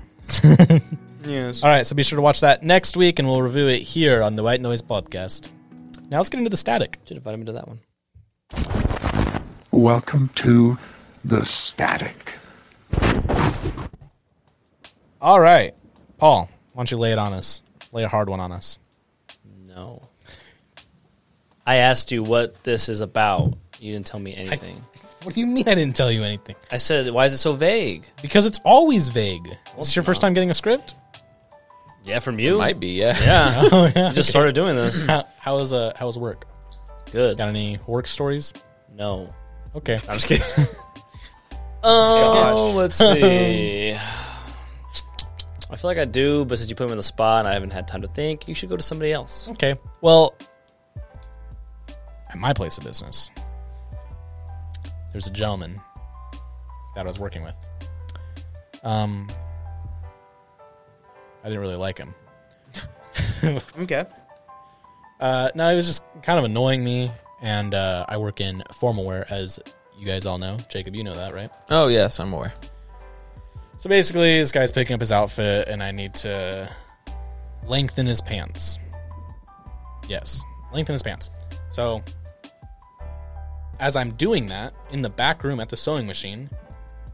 yes.
All right. So be sure to watch that next week, and we'll review it here on the White Noise Podcast. Now let's get into the static.
Should invite him to that one.
Welcome to the static.
All right, Paul. Why don't you lay it on us? Lay a hard one on us.
No. I asked you what this is about. You didn't tell me anything.
What do you mean I didn't tell you anything?
I, said, why is it so vague?
Because it's always vague. Is this your first time getting a script?
Yeah, from you.
Might be. Yeah.
Yeah,
Oh yeah.
you just started doing this.
How, how is uh how is work?
Good.
Got any work stories?
No.
Okay.
I'm just kidding. Oh, let's see. I feel like I do, but since you put me on the spot and I haven't had time to think, you should go to somebody else.
Okay. Well, at my place of business, there's a gentleman that I was working with. Um, I didn't really like him.
Okay.
Uh, no, he was just kind of annoying me. and uh, I work in formalware, as you guys all know. Jacob, you know that, right?
Oh yes, I'm aware.
So basically, this guy's picking up his outfit, and I need to lengthen his pants. Yes, lengthen his pants. So, as I'm doing that in the back room at the sewing machine,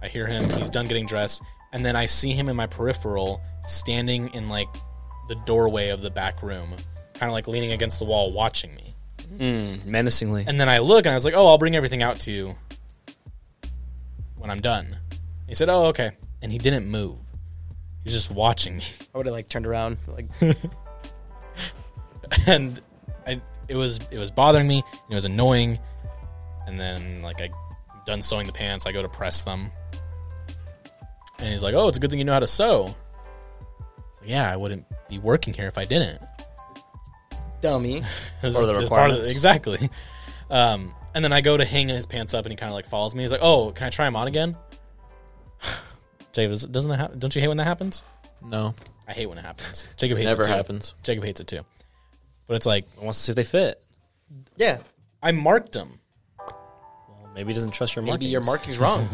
I hear him. He's done getting dressed, and then I see him in my peripheral standing in like the doorway of the back room, kind of like leaning against the wall, watching me.
menacingly.
And then I look and I was like, oh, I'll bring everything out to you when I'm done. He said, oh, okay. And he didn't move. He was just watching me.
I would have like turned around, like
And I, it was it was bothering me. and It was annoying. And then like I done sewing the pants, I go to press them. And he's like, oh, it's a good thing you know how to sew. It's like, yeah, I wouldn't be working here if I didn't.
dummy.
This
Part
is-
of the
this is part
requirements.
exactly. Um, and then I go to hang his pants up, and he kind of like follows me. He's like, "Oh, can I try him on again?" Jacob, is- doesn't that happen? Don't you hate when that happens?
No,
I hate when it happens. Jacob hates
never
it too.
happens.
Jacob hates it too. But it's like
wants to see if they fit.
Yeah,
I marked him.
Well, maybe he doesn't trust your
maybe
markings.
your marking's wrong.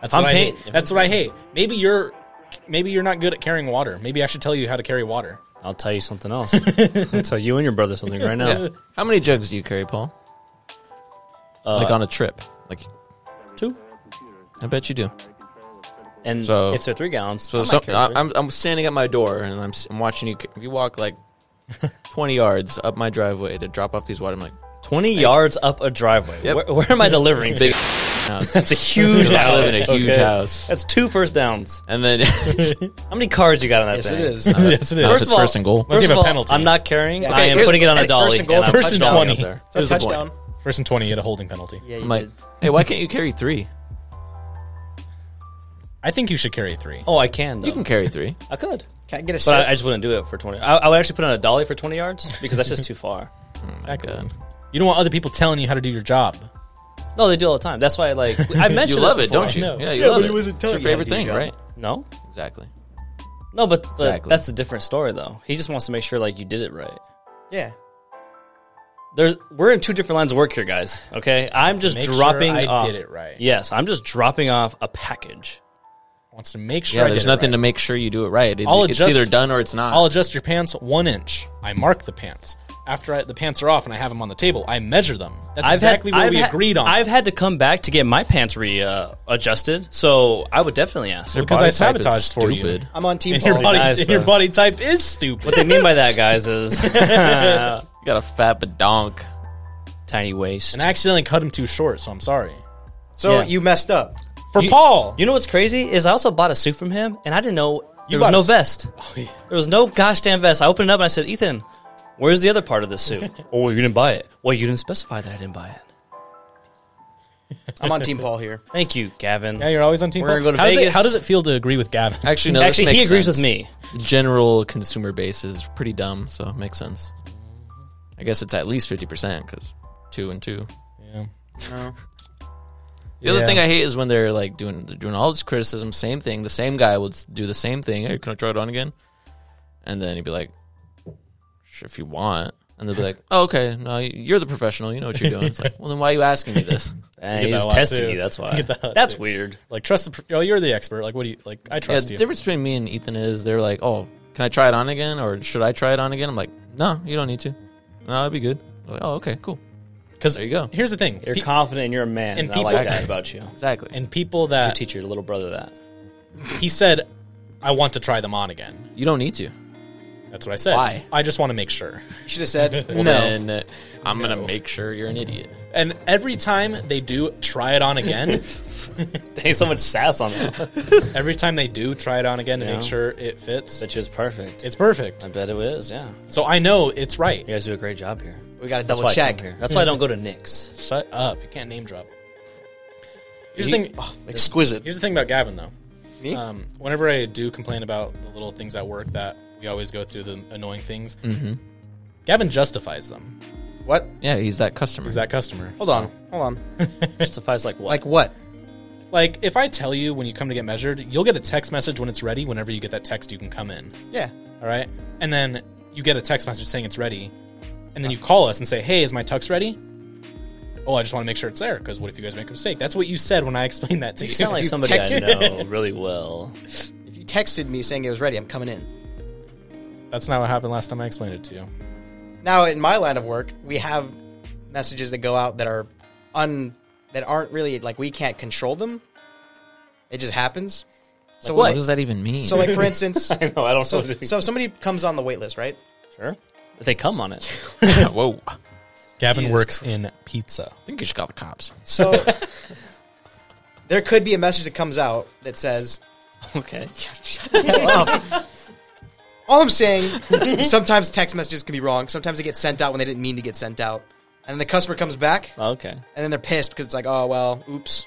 That's
I'm
what I hate.
paint-
That's what I hate. Maybe you're, maybe you're not good at carrying water. Maybe I should tell you how to carry water.
I'll tell you something else. I'll tell you and your brother something right now.
Yeah. How many jugs do you carry, Paul? like on a trip? Like
Uh. Two.
I bet you do.
And
So-
if they're three gallons,
So
I might
some,
carry
I,
three.
I'm I'm standing at my door and I'm, s- I'm watching you. c- You walk like twenty yards up my driveway to drop off these water. I'm like,
20 yards up a driveway.
Yep.
Where, where am I delivering to?
big. house.
That's a huge house.
I live in a huge
okay?
house.
That's two first downs.
And then
How many cards you got on that
yes,
thing?
it is.
yes, it
First
is.
it's first and goal.
Let's
First
give
of
a
all,
penalty.
I'm not carrying.
Yeah,
I
okay,
am
here's-
putting it on a
it's first
dolly.
and goal,
I'm
first and
touchdown
20.
up there.
It's a
Here's the point.
touchdown.
First and twenty, you had a holding penalty.
Yeah, you
I'm like,
did.
hey, why can't you carry three?
I think you should carry three.
Oh, I can. Though.
You can carry three.
I could,
Can I get a
but I, I
set?
just wouldn't do it for 20. I, I would actually put on a dolly for 20 yards because that's just too far.
Exactly.
God.
You don't want other people telling you how to do your job.
No, they do all the time. That's why, like, I mentioned
you love
this
it, don't you?
before.
Yeah, you
Yeah,
love
but
it.
he wasn't telling
it's
you
your
how to
favorite
do your
thing,
job.
right?
No,
Exactly.
no, but but
Exactly.
that's a different story, though. He just wants to make sure, like, you did it right.
yeah.
There's, we're in two different lines of work here, guys. Okay, I'm just
Make sure
dropping.
I
off-
did it right.
Yes, I'm just dropping off a package.
Wants to make sure.
Yeah,
I
there's
did it
nothing
right.
to make sure you do it right. It-
I'll
it's
adjust-
either done or it's not.
I'll adjust your pants one inch. I mark the pants. After I, the pants are off and I have them on the table, I measure them. That's exactly what
I've
we
had-
agreed on.
I've had to come back to get my pants re uh, adjusted, so I would definitely ask.
Your
because
body
I
type is
sabotaged for you.
stupid.
I'm on team.
and your
Paul.
body,
nice,
and your
though.
body type is stupid.
What they mean by that, guys, is
You got a fat badonk.
tiny waist.
and I accidentally cut him too short, so I'm sorry.
So
Yeah.
you messed up.
For Paul,
You know what's crazy is I also bought a suit from him, and I didn't know there was
bought
no
a s- Oh,
vest. There was no gosh damn vest. I opened it up and I said, Ethan, where's the other part of this suit? oh, you didn't buy it. Well, you didn't specify that I didn't buy it.
I'm on team Paul here.
Thank you, Gavin.
yeah, you're always on team.
We're
Paul.
gonna go to
how, does it,
Vegas.
how does it feel to agree with Gavin?
Actually, no.
Actually,
this
he
makes
agrees with
sense.
me.
The general consumer base is pretty dumb, so it makes sense. I guess it's at least fifty percent because two and two.
Yeah.
The other
Yeah.
thing I hate is when they're like doing they're doing all this criticism, same thing. The same guy would s- do the same thing. Hey, can I try it on again? And then he'd be like, "Sure, if you want." And they'll be like, oh, "Okay, no, y- you're the professional. You know what you're doing." It's like, well, then why are you asking me this?
Eh,
get
he's
that a lot,
testing
too.
you. That's why.
Get that a lot,
that's
too.
weird.
Like trust the. pro- Oh, you're the expert. Like what do you like? I
Yeah,
trust
the
you.
difference between me and Ethan is they're like, "Oh, can I try it on again?" or "Should I try it on again?" I'm like, "No, you don't need to. No, it'd be good." They're like, oh, okay, cool.
Because
There you go.
Here's the thing.
You're
Pe-
confident and you're a man.
and
And, I
people-
like that about you.
Exactly.
and people
You
that
teach your little brother that.
he said, I want to try them on again.
you don't need to.
That's what I said.
Why?
I just want to make sure.
You should have said
Well,
no.
then, uh, I'm gonna make sure you're an idiot.
And every time they do try it on again,
Dang, so much sass on that.
every time they do try it on again to
Yeah.
make sure it fits,
That was perfect.
it's perfect.
I bet it is, yeah.
So I know it's right.
You guys do a great job here.
we got to
That's
double
why I
check.
come here. That's why I don't go to Nick's.
Shut up. You can't name drop. Here's the thing.
oh,
Exquisite.
Um,
Here's the thing about Gavin though.
Me?
Um, whenever I do complain about the little things at work that we always go through the annoying things, Gavin justifies them.
What?
Yeah, he's that customer.
He's that customer.
Hold on. Hold on.
Justifies like what?
Like what?
Like if I tell you when you come to get measured, you'll get a text message when it's ready. Whenever you get that text, you can come in.
Yeah.
All right. And then you get a text message saying it's ready. And then you call us and say, hey, is my tux ready? oh, I just want to make sure it's there because what if you guys make a mistake? That's what you said when I explained that to you.
You sound like
You
somebody I
texted-
know really well.
If you texted me saying it was ready, I'm coming in.
That's not what happened last time I explained it to you.
Now, in my line of work, we have messages that go out that are un that aren't really like we can't control them. It just happens. so
what?
like-
does that even mean?
so like for instance,
I know. I don't
so,
know. if it's-
so if somebody comes on the wait list, right?
sure. If they come on it,
whoa! I
Gavin
Jesus
works in pizza.
think you should call the cops.
So there could be a message that comes out that says,
okay.
All I'm saying, sometimes text messages can be wrong. Sometimes they get sent out when they didn't mean to get sent out. And then the customer comes back,
Oh, Okay.
and then they're pissed because it's like, oh, well, oops,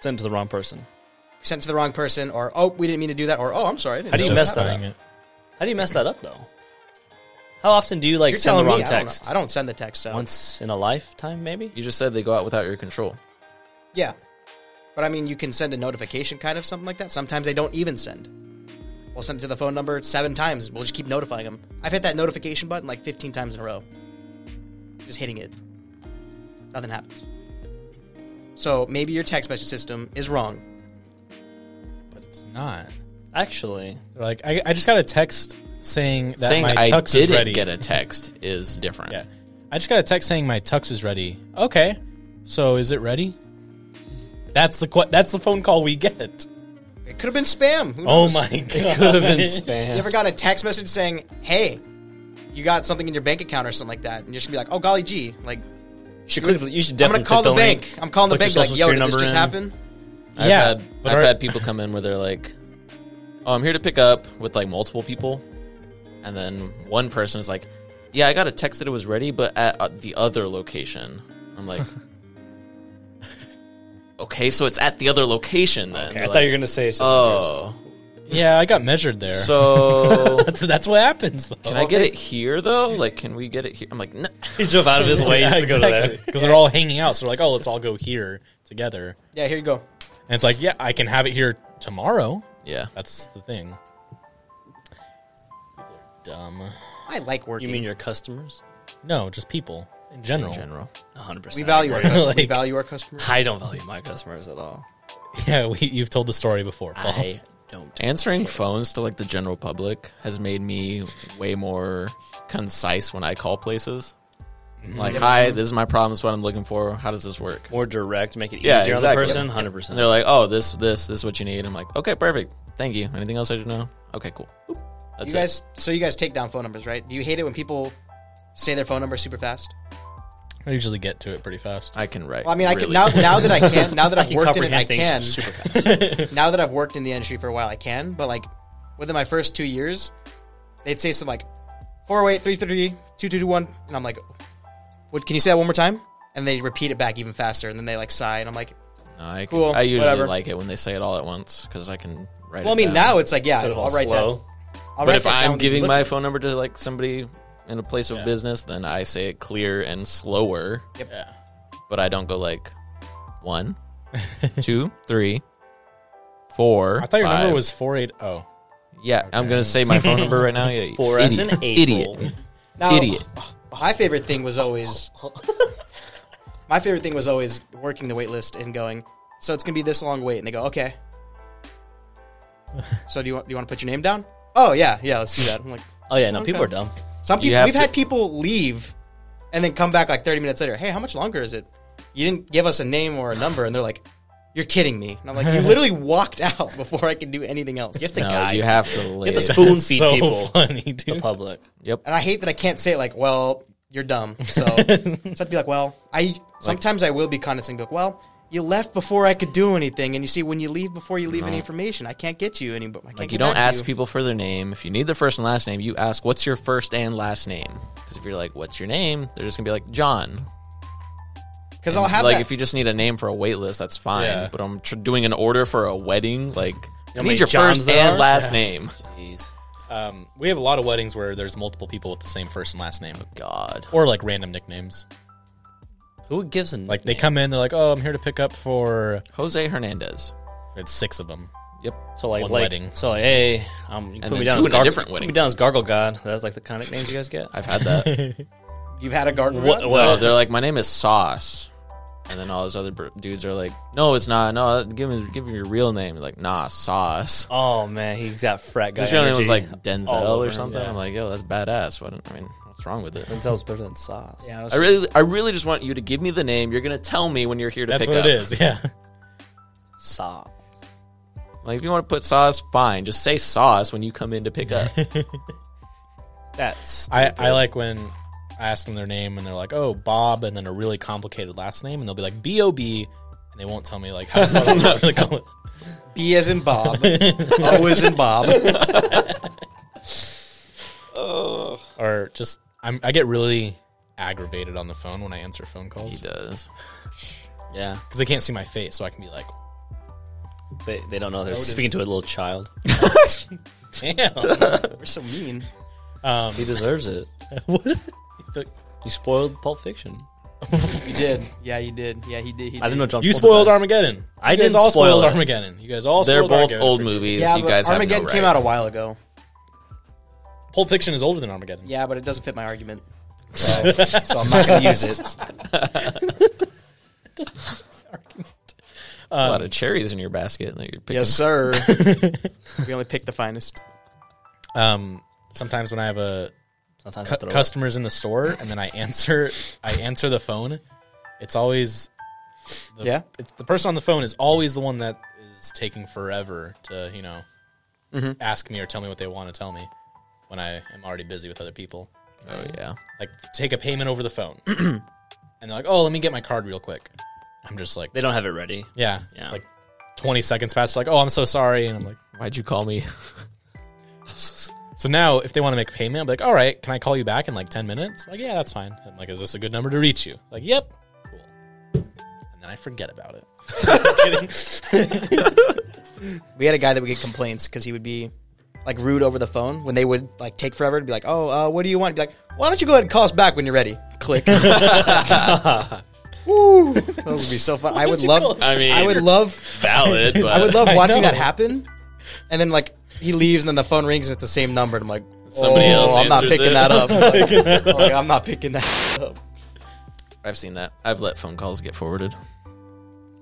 Send it to the wrong person.
we sent it to the wrong person, or oh, we didn't mean to do that, or oh, I'm sorry. I didn't
How do
know that
you mess that
Justifying
up?
it.
How do you mess that up though? How often do you like
You're
send the
telling
wrong
me I don't,
text?
know. I don't send the text out.
Once in a lifetime, maybe.
You just said they go out without your control.
Yeah, but I mean, you can send a notification, kind of something like that. Sometimes they don't even send. We'll send it to the phone number seven times. We'll just keep notifying them. I've hit that notification button like 15 times in a row. Just hitting it. Nothing happens. So maybe your text message system is wrong.
But it's not.
Actually,
They're like, I, I just got a text saying that
Saying
my
I
tux is ready.
didn't get a text is different.
Yeah. I just got a text saying my tux is ready. Okay. So is it ready? That's the qu- that's the phone call we get.
It could have been spam. Who
Oh
knows?
my god.
it could have been spam.
You ever got a text message saying, "Hey, you got something in your bank account or something like that," and you're just gonna be like, "Oh golly gee!" Like
You should click. the- You should
I'm gonna
definitely
call
click
the,
the
bank.
link.
I'm calling the
Put your
bank. Like,
social
yo, did
security
this
number
just
in.
happen?
I've
Yeah,
had
but
I've
our-
had people come in where they're like, "Oh, I'm here to pick up" with like multiple people, and then one person is like, "Yeah, I got a text that it was ready, but at uh, the other location." I'm like, "Okay, so it's at the other location then."
Okay, I
They're
thought you
like,
were gonna say. it's just-
"Oh,
Yeah, I got measured there.
so
that's that's what happens though.
can I get it here though? Like, can we get it here?" I'm like, "No."
He drove out of his way just to go to there.
Because they're all hanging out, so they're like, oh, let's all go here together.
Yeah, here you go.
And it's like, yeah, I can have it here tomorrow.
Yeah,
That's the thing. People are dumb.
I like working.
You mean your customers?
No, just people in general.
in general.
One hundred percent.
we value our customers. we
Like-
value our customers.
I don't value my customers at all.
Yeah, we, you've told the story before.
Oh.
Paul.
I don't.
Answering phones to like the general public has made me way more concise when I call places.
Mm-hmm.
Like, hi, this is my problem. This is what I'm looking for. How does this work?
More direct, make it easier
Yeah,
on the
exactly.
person. Hundred
And they're
percent.
like, oh, this, this, this is what you need. I'm like, okay, perfect. Thank you. Anything else I should know? Okay, cool. Boop. That's
you guys, so you guys take down phone numbers, right? Do you hate it when people say their phone number super fast?
I usually get to it pretty fast.
it. I can write.
Well, I mean, I
really
can now.
quick.
Now that I can, now that I've
can
worked in it,
comprehend
I
things
can.
super
now that I've worked in the industry for a while, I can. But like within my first two years, they'd say something like four oh eight three three two two two one, and I'm like, "What? Can you say that one more time?" And they repeat it back even faster, and then they like sigh, and I'm like,
No, I, can,
Cool,
I usually
whatever.
like it when they say it all at once because I can write.
"Well, I
it
mean,
down.
now it's like, yeah,
Instead of
I'll
all
write
slow.
that." I'll
But
write
if
that
I'm
down.
giving
Look-
my phone number to like somebody in a place of
Yeah.
business, then I say it clear and slower.
Yeah.
but I don't go like one, two, three, four.
I thought your
five.
number was oh. 480.
Yeah, I'm gonna say my phone number right now. Yeah,
For us in
idiot,
April.
idiot,
Now,
idiot.
My favorite thing was always my favorite thing was always working the wait list and going. So it's gonna be this long wait, and they go, okay. So do you want do you want to put your name down? Oh yeah, yeah, let's do that. I'm like,
Oh yeah, no, people are dumb.
some
You
people
have
we've had
to-
people leave and then come back like 30 minutes later. Hey, how much longer is it? You didn't give us a name or a number, and they're like, you're kidding me. And I'm like, you literally walked out before I could do anything else.
You have to
No,
guide.
you have to leave.
have to spoon
That's
feed
so
people.
funny,
the
dude.
public.
yep.
and I hate that I can't say it like, well, you're dumb. So, so I have to be like, well, I sometimes I will be condescending, but well, you left before I could do anything, and you see, when you leave before you leave any information, I can't get you any. I can't
Like
get
you don't
back to
ask
you.
people for their name. If you need their first and last name, you ask what's your first and last name. Because if you're like, what's your name? They're just gonna be like John.
because I'll have
like
that.
if you just need a name for a wait list, that's fine.
Yeah.
But I'm tr- doing an order for a wedding. Like
know how
I
many
need your
Johns
first
there
and
are?
last name.
Jeez.
Um, we have a lot of weddings where there's multiple people with the same first and last name,
God.
or like random nicknames.
Who gives a
Like they come in, they're like, "Oh, I'm here to pick up for."
Jose Hernandez.
It's six of them.
Yep.
So like,
One
like
wedding.
so like, hey, um, you can put
then
me down
two
as
in a
Garg-
different
put
wedding.
me down as Gargle God. That's like the kind of names you guys get.
I've had that.
You've had a garden.
What?
variety?
Oh,
what
they're like, my name is Sauce. And then all those other br- dudes are like, "No, it's not. No, give me give me your real name." Like, nah, sauce.
Oh man, he's got frat guy.
His real name
energy.
was like Denzel
all over
or
him,
something.
yeah.
I'm like, yo, that's badass. What, I mean, what's wrong with it?
Denzel's better than Sauce.
Yeah,
I really, I really just want you to give me the name. You're gonna tell me when you're here to
That's
pick
what
up.
it is. Yeah.
Sauce.
Like, if you want to put sauce, fine. Just say sauce when you come in to pick up.
That's
I, I like when I ask them their name and they're like, oh, Bob, and then a really complicated last name, and they'll be like, B O B, and they won't tell me like "Oh." how to spell it. They call it.
B as in Bob. o as in Bob.
Or just, I'm, I get really aggravated on the phone when I answer phone
he
calls
does. Yeah,
because they can't see my face, so I can be like,
they, they don't know they're speaking to a little child.
damn.
We're so mean.
um,
He deserves it.
what?
You spoiled Pulp Fiction.
You did. Yeah, you did. Yeah, he did. He
I didn't know
did.
John.
You
Travolta
spoiled
does.
Armageddon.
I
you guys
didn't
all
spoil
spoiled
it.
Armageddon. You guys all
they're
spoiled
both
Armageddon.
old movies.
Yeah,
you
but
guys
Armageddon
have no
came
right.
out a while ago.
Pulp Fiction is older than Armageddon.
Yeah, but it doesn't fit my argument. So, so I'm not going to use it.
Um,
a lot of cherries in your basket that you're picking.
Yes, sir. we only picked the finest.
Um, sometimes when I have a
Sometimes I
cu-
throw it.
customers in the store and then I answer I answer the phone, it's always the,
Yeah.
It's the person on the phone is always the one that is taking forever to you know
Mm-hmm.
ask me or tell me what they want to tell me when I am already busy with other people.
Oh yeah.
Like take a payment over the phone, and they're like, "Oh, let me get my card real quick." I'm just like,
They don't have it ready.
"Yeah,
Yeah.
It's like." 20 seconds past like oh i'm so sorry and i'm like
Why'd you call me?
so now if they want to make a payment i'm like all right can i call you back in like 10 minutes like yeah that's fine i'm like is this a good number to reach you like yep cool and then i forget about it Kidding.
We had a guy that would get complaints because he would be like rude over the phone when they would like take forever to be like, oh, uh, what do you want? Be like, why don't you go ahead and call us back when you're ready? Click. Woo! Those would be so fun. I would love.
I mean,
I would love.
valid, but
I would love
I
watching
know.
that happen. And then like he leaves, and then the phone rings, and it's the same number. And I'm like,
Somebody
oh,
else
I'm not
answers
picking
it.
that up. Like, "Oh, I'm not picking that up.
I've seen that. I've let phone calls get forwarded.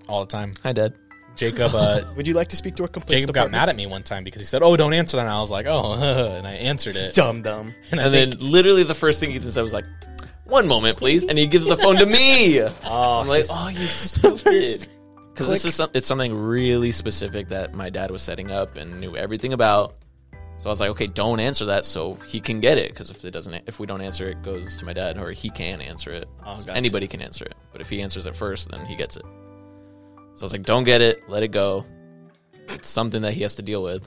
all the time
Hi, Dad.
jacob uh
Would you like to speak to our complaints?
jacob got mad at me one time because he said oh don't answer that and i was like oh and i answered it
Dumb dumb.
and, I
And then
think-
literally the first thing Ethan said was like, "One moment, please," and he gives the phone to me. Oh, I'm like, "Oh, you stupid." Because this is some, it's something really specific that my dad was setting up and knew everything about. So I was like, "Okay, don't answer that, so he can get it." Because if it doesn't, if we don't answer it, it goes to my dad, or he can answer it.
Oh,
So
gotcha.
Anybody can answer it, but if he answers it first, then he gets it. So I was like, "Don't get it, let it go." It's something that he has to deal with.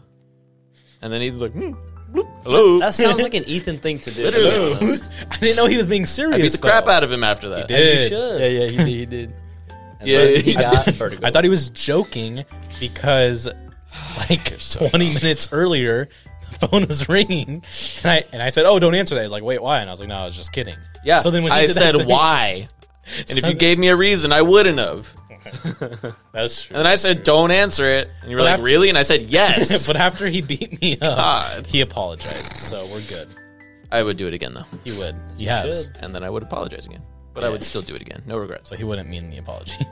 And then he's like, hmm, bloop, "Hello."
That sounds like an Ethan thing to do. to be
Literally.
honest.
i didn't know he was being
I
serious
beat the
though.
crap out of him after that.
He did.
As you should.
Yeah, yeah, he did. He did.
And then
Yeah.
he got vertigo.
I thought he was joking because like 20 minutes earlier the phone was ringing and I and I said, "Oh, don't answer that." He's like, "Wait, why?" And I was like, "No, I was just kidding."
Yeah.
So then when he
I
did that
said
thing-
why, and if you gave me a reason, I wouldn't have.
That's true.
And then I said don't answer it, and you were
But
like
after-
really, and I said yes.
but after he beat me up,
God.
he apologized. So we're good.
I would do it again though,
He would. Yes.
and then I would apologize again. But I would still do it again, no regrets.
So he wouldn't mean the apology.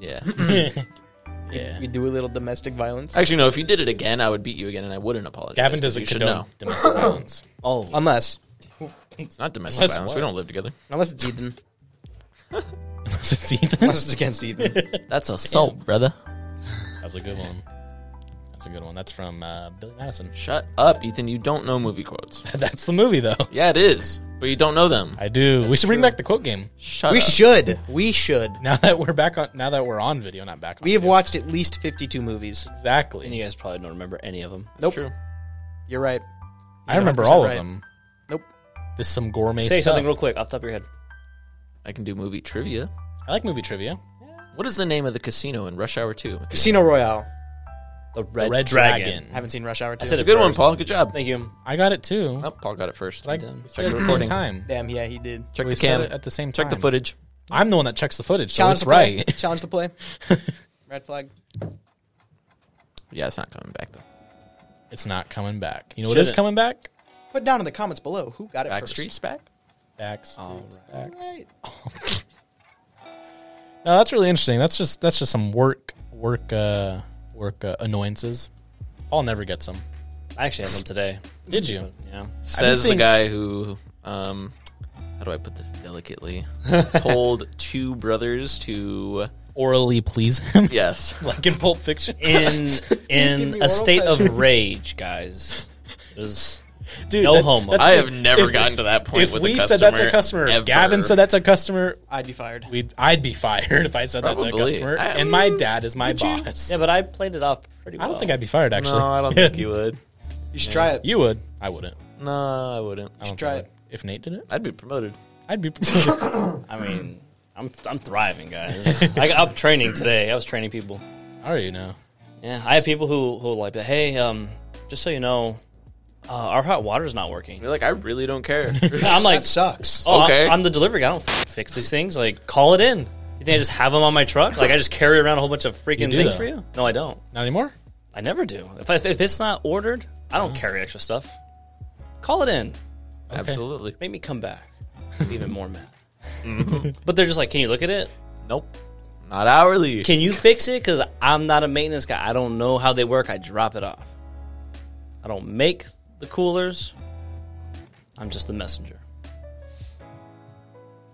Yeah.
Yeah.
We do a little domestic violence,
Actually, no. If you did it again, I would beat you again, and I wouldn't apologize.
Gavin
'cause
doesn't
You should
condone
know
domestic violence.
oh,
unless
it's not domestic
That's
violence.
what?
We don't live together.
unless it's Ethan,
Unless it's Ethan.
unless it's against Ethan.
That's assault, brother.
That's a good one. That's a good one. That's from uh, Billy Madison.
Shut up, Ethan. You don't know movie quotes.
That's the movie, though.
Yeah, it is, but you don't know them.
I do. we should bring back the quote game.
Shut
We
up.
should. We should.
Now that we're back on, now that we're on video, not back on.
We have
video.
watched at least 52 movies.
and
exactly.
you guys probably don't remember any of them.
Nope.
True.
You're right.
I remember all of
100%
them.
Nope.
This is some gourmet
Say
stuff.
something real quick off the top of your head.
I can do movie trivia.
I like movie trivia.
What is the name of the casino in Rush Hour Two?
Casino Royale.
The
The
Red,
Red
Dragon.
Dragon.
I haven't seen Rush Hour 2.
said it.
Good one,
first.
Paul. Good job.
Thank you.
I got it too.
Oh, Paul got it first.
Like,
Damn.
check
Check
at
the
the same
recording.
time.
Damn, yeah, he did.
Check
We
the
said
cam.
it at the same time.
Check the footage.
I'm the one that checks the footage, so
Challenge
it's
to play.
right.
Challenge to play. Red flag.
Yeah, it's not coming back though.
It's not coming back. You know what is
Shouldn't.
coming back?
Put down in the comments below who got it first.
Backstreet's back.
Back. Streets Back.
Right.
No, that's really interesting. That's just that's just some work work uh work uh, annoyances. Paul never gets them.
I actually have them today.
Did you?
Yeah.
Says the
seeing-
guy who, um, how do I put this delicately? Told two brothers to
Orally please him,
yes,
like in Pulp Fiction.
In
give me
in a
oral
state of
pleasure.
rage, guys. It was
Dude,
no
that-
homo.
that's
I
the-
have never
if-
gotten to that point.
If
with
we
a
said that's a customer, if
ever.
Gavin said that's a customer,
I'd be fired.
we'd I'd be fired if I said that's a
Probably.
customer.
I-
and my dad is my boss.
yeah, but I played it off pretty
I
well.
don't think I'd be fired actually.
No, I don't think you would.
You should try it.
You would. I wouldn't.
No, I wouldn't.
I don't think
try
I
it.
would. If Nate did it,
I'd be promoted.
I'd be.
I mean, I'm I'm thriving, guys. I got up training today. I was training people.
How are you now?
Yeah, I have people who who like, hey, um, just so you know, uh, our hot water's not working.
You're like, I really don't care.
I'm like,
That sucks.
oh,
Okay.
I, am the delivery guy. I don't f- fix these things. Like, call it in. You think I just have them on my truck? Like, I just carry around a whole bunch of freaking
do,
things
though.
for you? No, I don't.
Not anymore.
I never do. If I, if it's not ordered, I
Uh-huh.
don't carry extra stuff. Call it in.
Absolutely. Mm-hmm.
Make me come back. Be even more mad. but they're just like, can you look at it?
Nope. Not hourly.
Can you fix it? Because I'm not a maintenance guy. I don't know how they work. I drop it off. I don't make the coolers. I'm just the messenger.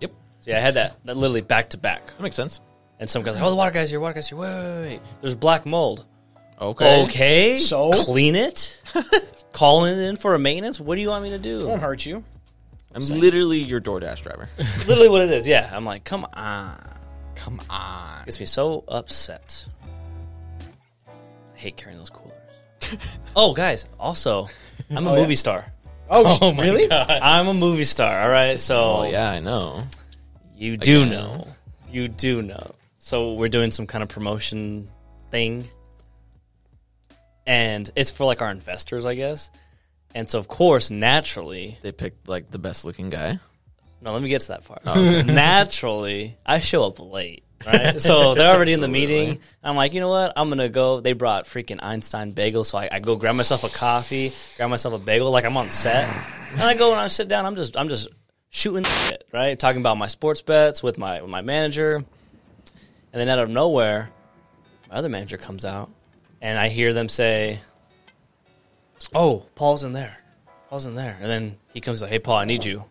Yep.
See, I had that, that literally back to back.
That makes sense.
And some guys like, oh, the water guy's here, water guy's here. Wait, wait, wait. There's black mold.
Okay.
Okay.
So?
clean it. Call it in for a maintenance. What do you want me to do?
Won't hurt you.
I'm literally your DoorDash driver.
literally what it is. Yeah. I'm like, come on.
Come on.
Gets me so upset. I hate carrying those coolers. oh, guys, also, I'm a movie star.
Oh,
Oh my
really?
god.
I'm a movie star, all right? So
Oh yeah, I know.
you do
Again.
know. You do know. So we're doing some kind of promotion thing. And it's for like our investors, I guess. And so, of course, naturally,
They picked like the best looking guy.
no, let me get to that part. naturally, I show up late, right? So they're already in the meeting. I'm like, you know what? I'm gonna go. They brought freaking Einstein bagel, so I, I go grab myself a coffee, grab myself a bagel, like I'm on set, and I go and I sit down. I'm just, I'm just shooting the shit, right? Talking about my sports bets with my with my manager, and then out of nowhere, my other manager comes out, and I hear them say, "Oh, Paul's in there. Paul's in there." And then he comes like, "Hey, Paul, I need you."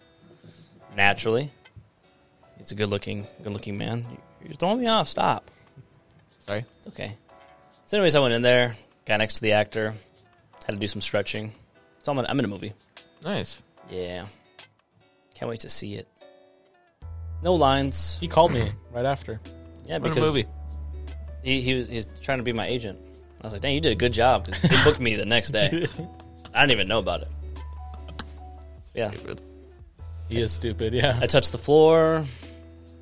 Naturally, he's a good-looking, good-looking man. You're throwing me off. Stop.
Sorry.
It's okay. So, anyways, I went in there, got next to the actor, had to do some stretching. So I'm in, I'm in a movie.
Nice.
Yeah, can't wait to see it. No lines.
He called me right after.
Yeah,
What
because
a movie.
he, he was he's trying to be my agent. I was like, dang, you did a good job. 'cause He booked me the next day. I didn't even know about it. Yeah,
He is stupid. Yeah.
I touched the floor,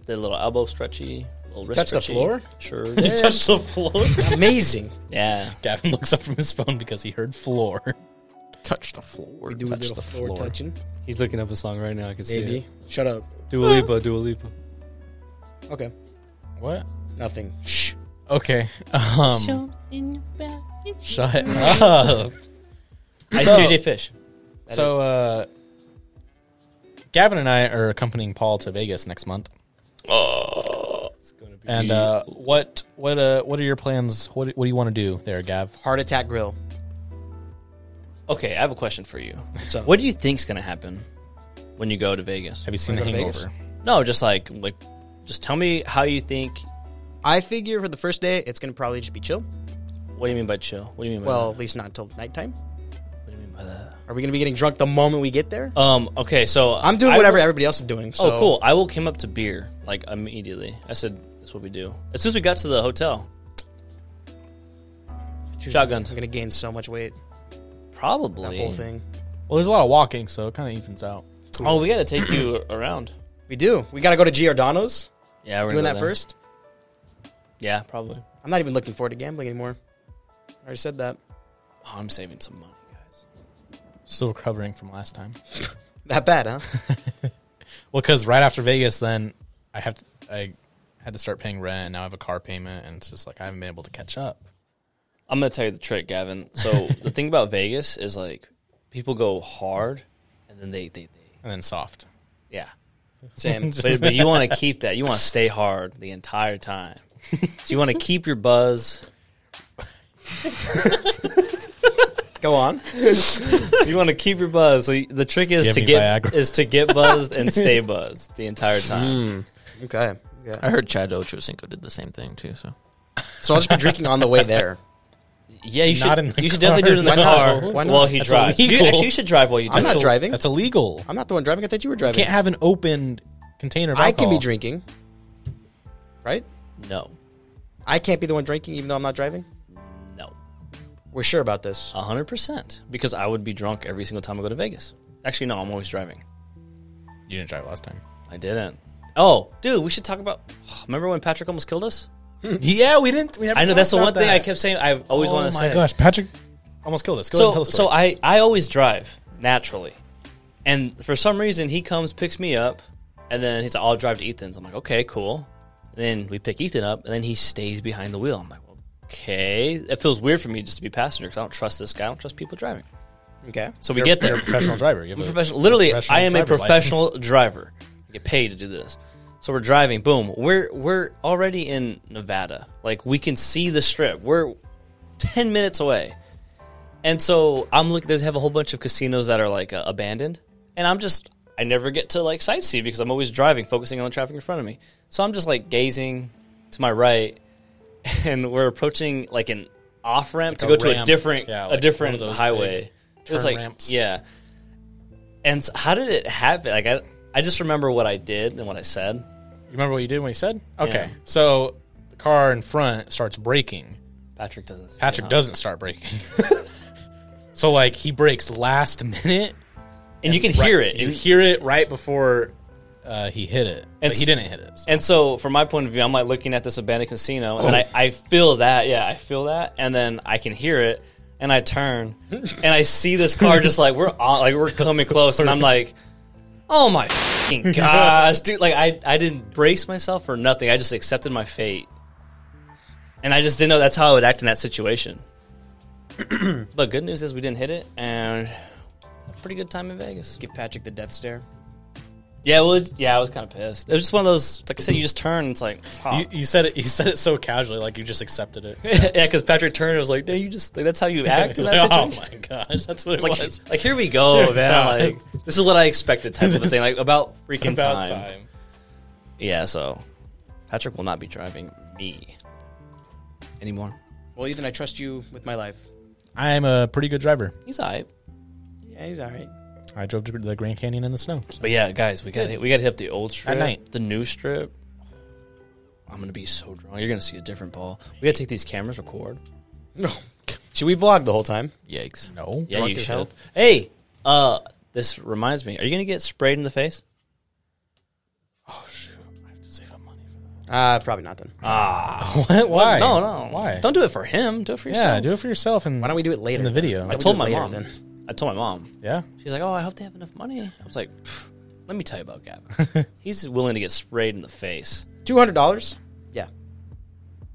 did a little elbow stretchy, little wrist
Touched the
stretchy.
floor?
Sure.
He
did.
touched the floor.
Amazing.
yeah.
Gavin looks up from his phone because he heard floor.
Touch the floor.
We do a
Touch
little
the
floor, touching.
He's looking up a song right now. I can see
Maybe.
it.
Shut up.
Dua Lipa, Dua Lipa.
Okay.
What?
Nothing. Shh.
Okay. Um, shut up.
I
So-
JJ Fish.
So, uh, Gavin and I are accompanying Paul to Vegas next month.
Gonna be-
And uh, what what uh, what are your plans? What what do you want to do there, Gav?
Heart attack grill.
Okay, I have a question for you.
What's up?
What do you think's gonna happen when you go to Vegas?
Have you seen The
Wanna go to
Hangover?
No, just like like, just tell me how you think.
I figure for the first day, it's going to probably just be chill.
What do you mean by chill? What do you mean? By
Well, at least not until nighttime.
that? what do you mean by that?
Are we going to be getting drunk the moment we get there?
Um. Okay, so
I'm doing
I
whatever
wo-
everybody else is doing. So
oh, cool! I woke him up to beer like immediately. I said, "That's what we do." As soon as we got to the hotel,
Dude,
Shotguns.
I'm going to gain so much weight. That
probably.
whole thing.
Well, there's a lot of walking, so it kind of evens out.
Oh, we got to take you around.
We do. We got to go to Giordano's.
Yeah, we're
Doing
gonna
that
go there.
first.
Yeah, probably.
I'm not even looking forward to gambling anymore. I already said that.
Oh, I'm saving some money, guys.
Still recovering from last time.
That bad, huh?
Well, because right after Vegas, then I have to, I had to start paying rent, and now I have a car payment, and it's just like I haven't been able to catch up.
I'm gonna tell you the trick, Gavin. So the thing about Vegas is like people go hard, and then they they, they
And then soft.
yeah.
Same.
But, but you want to keep that. You want to stay hard the entire time. So you want to keep your buzz.
Go on.
You want to keep your buzz. So you- the trick is
Give
to
me
get
Viagra.
is to get buzzed and stay buzzed the entire time.
Okay. Yeah.
I heard Chad Ochocinco did the same thing too. So
So I'll just be drinking on the way there.
Yeah, you should.
Not in the
you should
car.
definitely do it in the
Why
car
not? Why not?
while he
That's
drives. You,
illegal.
actually, you should drive while you
I'm
drive.
not
That's
So-
a-
driving.
That's illegal.
I'm not the one driving. I thought you were
You
driving.
can't have an open container. Of
I can be
alcohol.
drinking, right?
No,
I can't be the one drinking, even though I'm not driving.
no,
We're sure about this.
hundred percent. Because I would be drunk every single time I go to Vegas. Actually, no, I'm always driving.
You didn't drive last time.
I didn't. Oh, dude, we should talk about. Remember when Patrick almost killed us?
yeah, we didn't. We
I know that's the one thing I kept saying. I've always
Oh my
wanted to say.
gosh, Patrick almost killed us. Go ahead and tell
So,
us.
so I, I always drive naturally, and for some reason he comes picks me up, and then he's like, "I'll drive to Ethan's." I'm like, "Okay, cool." then we pick Ethan up, and then he stays behind the wheel. I'm like, "Okay." It feels weird for me just to be passenger because I don't trust this guy. I don't trust people driving.
Okay.
So we get there.
professional driver. You have
I'm
a
professional. Literally,
professional
I am a
driver's
professional
license.
driver. I get paid to do this. So we're driving. Boom. We're we're already in Nevada. Like we can see the strip. We're ten minutes away. And so I'm looking. They have a whole bunch of casinos that are like uh, abandoned, and I'm just I never get to like sightsee because I'm always driving, focusing on the traffic in front of me. So I'm just like gazing to my right, and we're approaching like an off ramp to
a
go to a
ramp.
different
Yeah,
a
like
different
one of those
highway. It's
turn
like
ramps.
yeah. And so how did it happen? Like I I just remember what I did and what I said.
You remember what you did when you said? Okay.
Yeah.
So the car in front starts braking.
Patrick doesn't. See
Patrick
it, huh?
doesn't start braking. so like he brakes last minute.
and you can hear
Right-
it.
You
And-
hear it right before uh, he hit it. But
It's-
he didn't hit it. so-
And so, from my point of view, I'm like looking at this abandoned casino, and I, I feel that, yeah, I feel that, and then I can hear it, and I turn, and I see this car just like we're on, like we're coming close, and I'm like, oh my fing gosh, dude! Like I, I didn't brace myself for nothing. I just accepted my fate, and I just didn't know that's how I would act in that situation. but good news is we didn't hit it, and had a pretty good time in Vegas.
Give Patrick the death stare.
Yeah, it was. Yeah, I was kind of pissed. It was just one of those, like I said, you just turn. It's like, oh.
You, you said it. You said it so casually, like you just accepted it.
yeah, because Patrick Turner was like, "Dude, you just like, that's how you act in
Like,
that
oh
situation."
my gosh, that's what it
Like,
was.
like, here we go, man. Like, this is what I expected type of a thing. Like, about freaking
About
time.
time.
Yeah, so Patrick will not be driving me anymore.
Well, Ethan, I trust you with my life.
I'm a pretty good driver.
He's alright.
Yeah, he's all right.
I drove to the Grand Canyon in the snow.
But yeah, guys, we got to we got to hit up the old strip,
night.
the new strip. I'm gonna be so drunk. You're gonna see a different ball. We gotta take these cameras, record.
Should we vlog the whole time?
yikes!
No.
Yeah,
Drunk
you
as
should.
hell.
Hey, uh, this reminds me. Are you gonna get sprayed in the face?
Uh, probably not then.
What? Why?
No, no.
Why?
Don't do it for him. Do it for yourself.
yeah, do it for yourself. And
Why don't we do it later?
In the video.
Why
I
don't we
told
do it
my
later
mom. I told my mom.
Yeah.
She's like, "Oh, I hope they have enough money." I was like, "Pff, "Let me tell you about Gavin. He's willing to get sprayed in the face.
Two hundred dollars. Yeah.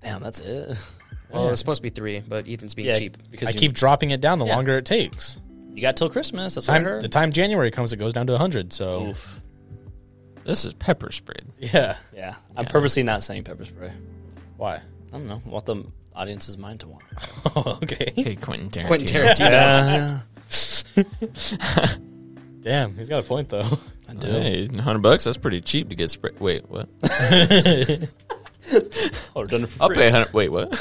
Damn, that's it.
Well, it's supposed to be three, but Ethan's being cheap.
because
I
you,
keep dropping it down the
Yeah.
longer it takes.
you got till Christmas. That's what I
Time,
heard.
the time January comes, it goes down to 100. So,
Oof.
This is pepper sprayed.
yeah.
Yeah, I'm purposely not saying pepper spray.
Why?
I don't know. I want the audience's mind to want.
Oh, okay.
Okay, Quentin Tarantino.
Quentin Tarantino.
Yeah,
Damn, he's got a point, though.
I do.
Hey, hundred bucks. That's pretty cheap to get sprayed. Wait, what?
Oh, done it for
I'll
free.
pay hundred. Wait, what?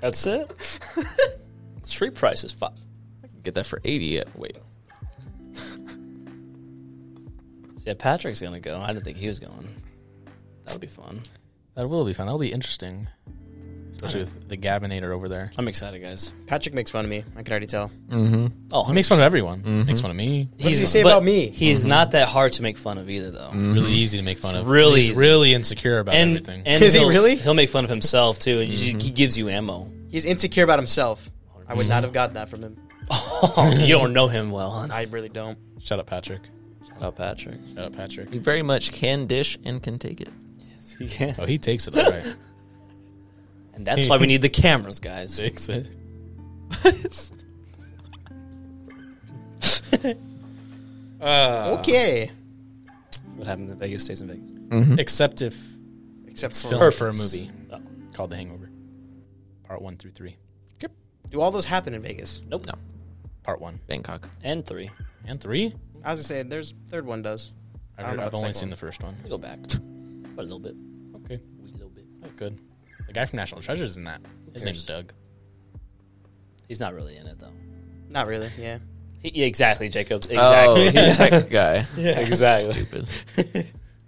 That's it. Street price is five.
Get that for eighty. At, wait,
Yeah, Patrick's gonna go. I didn't think he was going. That would be fun.
That will be fun. That'll be interesting. Especially with the Gavinator over there.
I'm excited, guys.
Patrick makes fun of me. I can already tell.
Oh,
He makes fun of everyone. Makes fun of me.
does he say
but
about me?
He's not that hard to make fun of either, though.
Really easy to make fun of.
Really
He's
easy.
really insecure about
And,
everything.
and
Is he
he'll-
really?
He'll make fun of himself too, and he- he gives you ammo.
He's insecure about himself. I would not have gotten that from him.
you don't know him well.
I really don't.
Shut up, Patrick.
Shout out Patrick.
Shut up, Patrick.
you very much can dish and can take it.
He can.
Oh, he takes it, all right.
And that's why we need the cameras, guys.
takes it. Uh,
okay.
What happens in Vegas stays in Vegas.
Mm-hmm.
except if
Except
it's
for
filmed for a
Vegas.
movie called The Hangover, Part One through Three.
Do all those happen in Vegas?
Nope. No.
Part One
Bangkok.
and three.
and Three.
I was gonna say there's third one does.
I've,
I don't
heard,
know
I've
about the
only
second
seen
one.
the first one.
We go back for a little bit.
Okay,
Wee little bit.
that's good. The guy from National Treasure is in that. His name's Doug.
He's not really in it though.
Not really. Yeah.
He, yeah, exactly, Jacob. Exactly.
Oh, the tech guy.
exactly.
Stupid.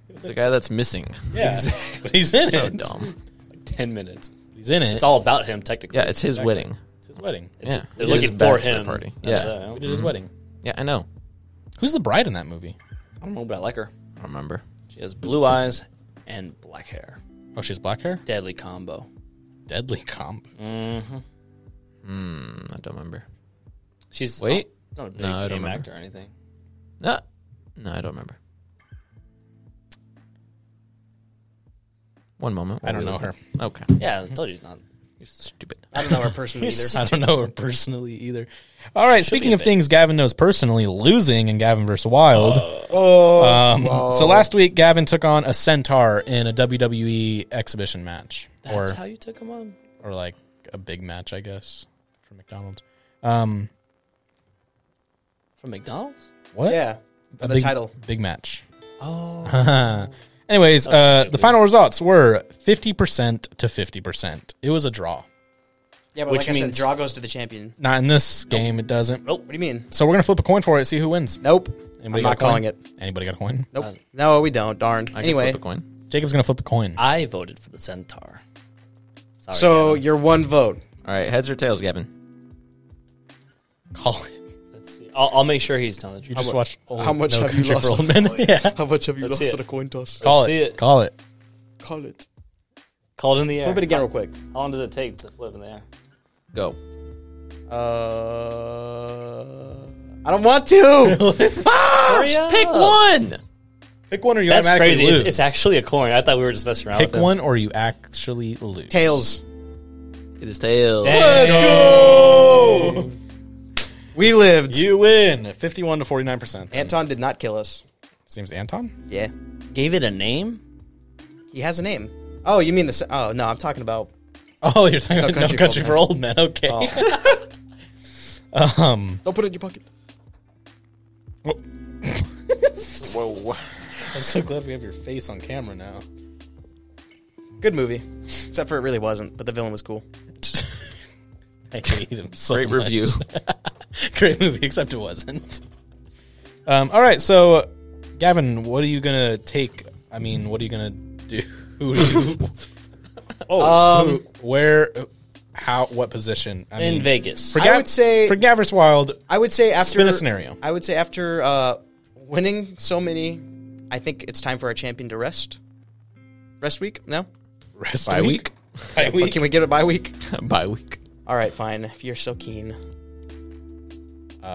It's the guy that's missing.
Yeah, but he's in
So
it.
dumb.
Ten minutes.
He's in it.
It's all about him technically.
Yeah, it's his wedding.
It's his wedding.
It's-
yeah.
They're
It is
looking for
bachelor
him.
party.
That's uh,
Yeah.
it, I
We
don't-
did his wedding.
Yeah, I know.
Who's the bride in that movie?
I don't know, but I like her.
I remember.
She has blue eyes and black hair.
Oh, she's black hair.
Deadly combo.
Deadly comp.
Hmm, I don't remember.
She's
Wait.
not a big
No, I don't
name
remember.
actor or anything.
No, no, I don't remember. One moment.
I
while
don't
we
know
look
her.
it- Okay,
Yeah, I told you it's not.
you're stupid.
I don't know her personally either.
I don't know her personally either. All right. Speaking of things Gavin knows personally, losing in Gavin versus Wild.
Oh,
Um, so last week, Gavin took on a centaur in a WWE exhibition match,
That's
or
how you took him on.
or like a big match, I guess, for McDonald's. Um,
From McDonald's?
what?
yeah.
A
the
big-
title.
Big match.
Oh.
Anyways, uh, the
stupid.
final results were fifty percent to fifty percent. It was a draw.
Yeah, but
Which
like I said,
means-
draw goes to the champion.
Not in this game. It doesn't.
What do you mean?
So we're gonna flip a coin for it. See who wins.
Nope.
Anybody got a
I'm not
coin?
calling it.
Anybody got a coin?
Nope. no, we don't. Darn.
I can
anyway,
flip a coin.
Jacob's gonna flip a coin.
I voted for the centaur. Sorry,
Oh,
so
Gavin.
your one vote.
All right, heads or tails, Gavin?
call it.
Let's see. I'll, I'll make sure he's telling the
You
truth.
just watched. Old,
how much
Oh, No
have you
Country for Old
lost?
Men. yeah.
How much have you
Let's see
lost
it.
at a coin toss?
Call
see
it.
it.
Call it.
Call it.
Called in the air.
Flip it again, real quick.
How long does it take to flip in the air?
Go.
Uh, I don't want to.
Ah,
Hurry up.
pick one.
Pick one or you
That's crazy.
Lose.
It's, it's actually a coin. I thought we were just messing around.
pick
with him.
one or you actually lose.
Tails.
It is tails.
Let's
go.
We lived.
You win. Fifty-one to forty-nine percent.
Anton did not kill us.
Seems Anton.
Yeah,
Gave it a name.
he has a name. Oh, you mean the? s- Oh no, I'm talking about.
Oh, you're talking about
Country
No Country
for
for Old Men. Okay. um.
Don't put it in your pocket. Oh.
Whoa.
I'm so glad we have your face on camera now.
Good movie, except for it really wasn't. But the villain was cool.
I hate him so
Great
much.
review.
Great movie, except it wasn't. Um. All right. So, Gavin, what are you gonna take? I mean, what are you gonna do? Who do you-
Um,
who- where? How? What position? I
In
mean,
Vegas.
For
I
Gav-
would say-
for Gavris Wild,
I would say after
Spin a scenario.
I would say after uh, winning so many, I think it's time for our champion to rest. Rest week? No.
rest
Bye week.
Bye
Or
week.
can we get a bye week?
Bye week.
All right, fine. If you're so keen.
Uh,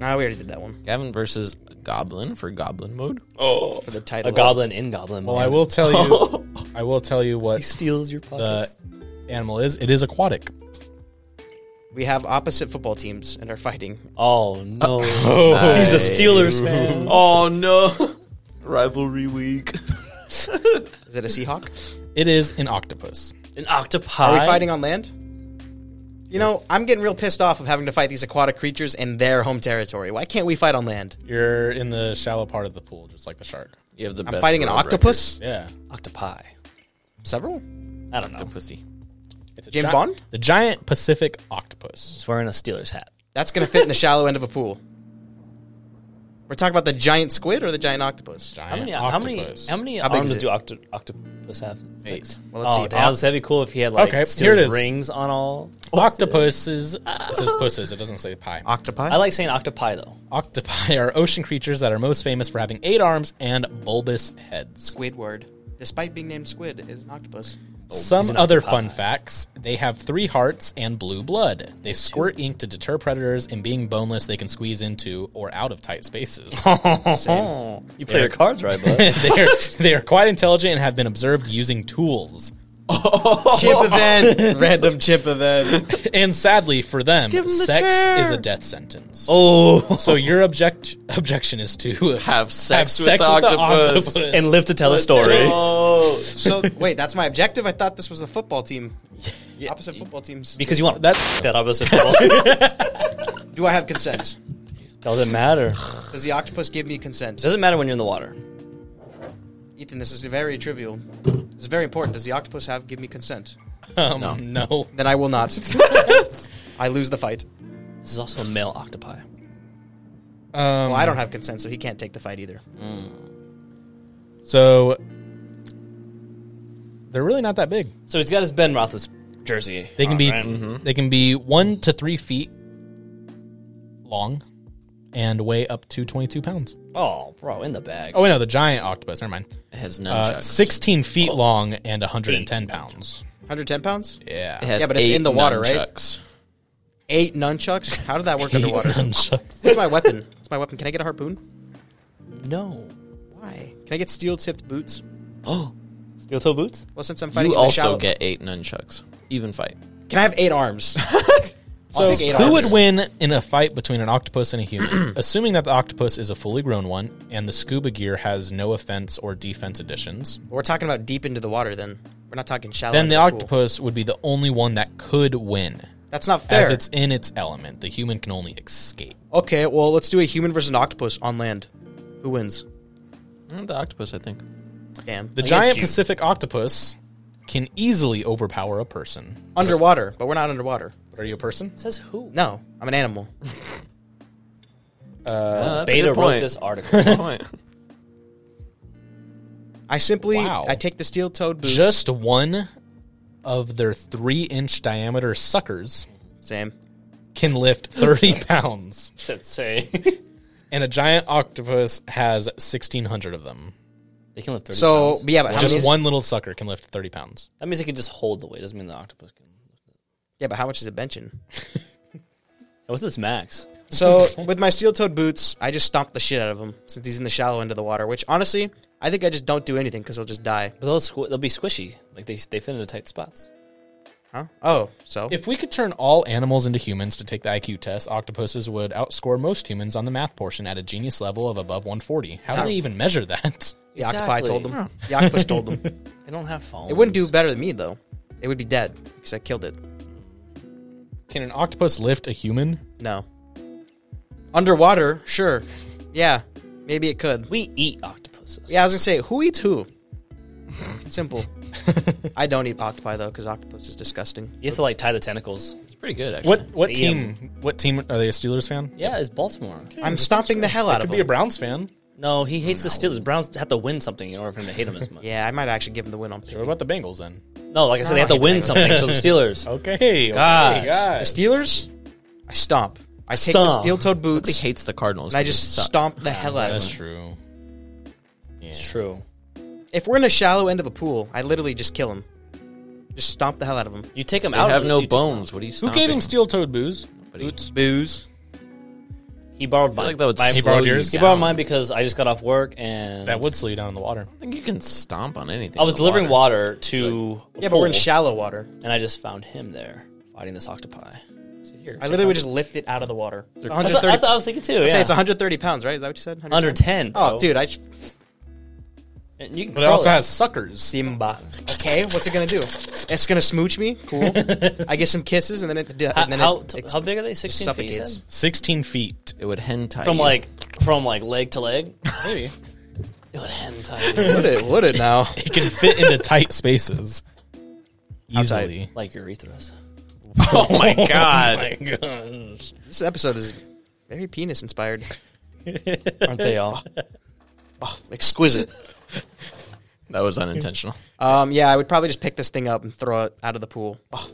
Nah, Ah, we already did that one
Gavin versus a goblin for goblin mode.
for the title.
A goblin in goblin.
well, I will tell you. I will tell you what
steals your
the animal is. It is aquatic.
We have opposite football teams and are fighting.
oh no! He's a Steelers fan.
Oh no. Rivalry week.
Is it a Seahawk?
It is an octopus.
An octopi.
Are we fighting on land? You know, I'm getting real pissed off of having to fight these aquatic creatures in their home territory. Why can't we fight on land?
You're in the shallow part of the pool, just like the shark.
You have the
I'm
best
fighting an
road
octopus?
Yeah,
octopi?
Several?
I don't know.
record. Octopussy.
it's a
James
gi-
Bond?
the giant Pacific octopus.
He's wearing a Steelers hat.
That's going to fit in the shallow end of a pool. We're talking about the giant squid or the giant octopus?
Giant
How many? How many?
octopus.
How many
How big is
arms
it?
do octo- octopus have? Six.
Well, let's
oh,
see.
Damn,
Oc-
that'd be cool if he had like
Okay,
Steelers
here it is.
rings on all.
Oh.
octopuses? it says pusses. It doesn't say pie.
Octopi?
I like saying octopi though.
Octopi are ocean creatures that are most famous for having eight arms and bulbous heads.
Squidward. Despite being named squid, is an octopus.
Some
an
other
octopi.
fun facts they have three hearts and blue blood. They squirt ink to deter predators, and being boneless, they can squeeze into or out of tight spaces.
You play your cards right, bud.
they, are, they are quite intelligent and have been observed using tools.
chip event, random chip event.
And sadly for them,
him the
sex
chair.
is a death sentence.
Oh,
So your object objection is to
Have
have
sex,
sex
with,
with
the octopus.
the octopus.
and live to tell a story.
Oh,
So wait, that's my objective. I thought this was the football team. Opposite football teams.
Because you want that
That's
that opposite football.
Do I have consent?
Doesn't matter.
Does the octopus give me consent?
Doesn't matter when you're in the water.
Ethan, this is very trivial. This is very important. Does the octopus have give me consent?
um,
No.
no.
Then I will not. I lose the fight.
This is also a male octopi.
Um,
Well, I don't have consent, so he can't take the fight either.
So they're really not that big.
So he's got his Ben Roethlis jersey. Oh,
They can
on,
be mm-hmm.
right?
Mm-hmm.
they can be one to three feet long and weigh up to twenty two pounds.
Oh, bro, in the bag.
Oh wait, no, the giant octopus. Never mind.
it has no
Uh, Sixteen feet long and one hundred and ten pounds.
110 pounds?
Yeah.
It has
Yeah, but it's
eight
in the water, right?
nunchucks.
Eight nunchucks? How did that work underwater?
Nunchucks.
That's my weapon. That's my weapon. Can I get a harpoon?
No.
Why? Can I get steel tipped boots?
Oh,
Steel toe boots?
Well, since I'm fighting
you
in the
also
shallow-
get eight nunchucks. Even fight.
Can I have eight arms? so
Who would win in a fight between an octopus and a human? Assuming that the octopus is a fully grown one and the scuba gear has no offense or defense additions,
We're talking about deep into the water. Then we're not talking shallow.
then the
into pool.
octopus would be the only one that could win.
That's not fair.
As it's in its element, the human can only escape.
okay, well, let's do a human versus an octopus on land. Who wins?
Mm, The octopus, I think.
Damn.
The
Against
giant
you.
Pacific octopus can easily overpower a person.
underwater, but we're not underwater.
Are you a person?
Says who?
No, I'm an animal.
Oh, that's a
Beta
good
wrote
point.
this article.
Good point.
I simply
Wow.
I take the steel-toed boots.
Just one of their three inch diameter suckers
same.
can lift 30 pounds,
Said say.
and a giant octopus has 1,600 of them.
They can lift 30
So
pounds.
but yeah, but how
Just
many is-
one little sucker can lift 30 pounds.
That means they can just hold the weight. Doesn't mean the octopus can.
Yeah, but how much is it benching?
What's this max?
So with my steel-toed boots, I just stomp the shit out of him since he's in the shallow end of the water. Which honestly, I think I just don't do anything because he'll just die.
But they'll, squ- they'll be squishy. Like they, they fit into tight spots.
Huh? Oh, so
If we could turn all animals into humans to take the IQ test, octopuses would outscore most humans on the math portion at a genius level of above 140. How do they even measure that?
the octopi
Exactly.
told them, the octopus told them,
They don't have phones.
it wouldn't do better than me though. It would be dead because I killed it.
Can an octopus lift a human?
No. Underwater, sure. Yeah, maybe it could.
We eat octopuses.
Yeah, I was gonna say, who eats who? Simple. I don't eat octopi though, because octopus is disgusting.
You have to like tie the tentacles.
It's pretty good, actually.
What what
Damn.
team? What team are they? A Steelers fan?
Yeah, it's Baltimore.
I'm stomping the hell out of
Could be a
him.
Browns fan.
No, he hates the Steelers. Browns have to win something in order for him to hate them as much.
Yeah, I might actually give him the win on
What about the Bengals then?
No, like I said, they have to win something. So the Steelers.
Okay,
Gosh.
the Steelers. I stomp. I take the
Stomp.
steel-toed
He
boots and
hates the Cardinals.
I
They
just
suck.
stomp the hell out of
that's
him.
true. Yeah.
It's true.
If we're in a shallow end of a pool, I literally just kill him. Just stomp the hell out of him.
You take them
They
out.
have no
you take-
bones. What are you
Who
stomping?
gave him steel-toed boots?
Boots.
Booze.
He borrowed
I
mine.
feel like that would
My-
slow
borrowed
you
yours?
He
down.
borrowed mine because I just got off work and
That would slow you down in the water.
I think you can stomp on anything.
I was
in the
delivering water, to a
Yeah, but we're in
pool,
shallow water.
and I just found him there fighting this octopi. So here,
I
take
literally would
it.
just lift it out of the water. It's
That's
130
what, that's what I was thinking too.
I'd
Yeah,
say it's 130 pounds, right? Is that what you said? 110?
under ten. Bro.
Oh, dude, I sh-
And you can
But it also
crawl
has suckers.
Simba. Okay, what's it gonna do? It's gonna smooch me. Cool. I get some kisses, and then it
How,
and then
how,
it,
t-
it
how big are they? Sixteen feet. you
suffocates.
said?
Sixteen feet.
It would hentai
From
you.
like from like leg to leg.
Maybe
It would end tight.
would it would it now?
it can fit into tight spaces easily.
like urethras. Oh
oh my god,
this episode is very penis inspired.
Aren't they all?
Oh, Exquisite.
that was unintentional.
Um, yeah, I would probably just pick this thing up and throw it out of the pool. Oh,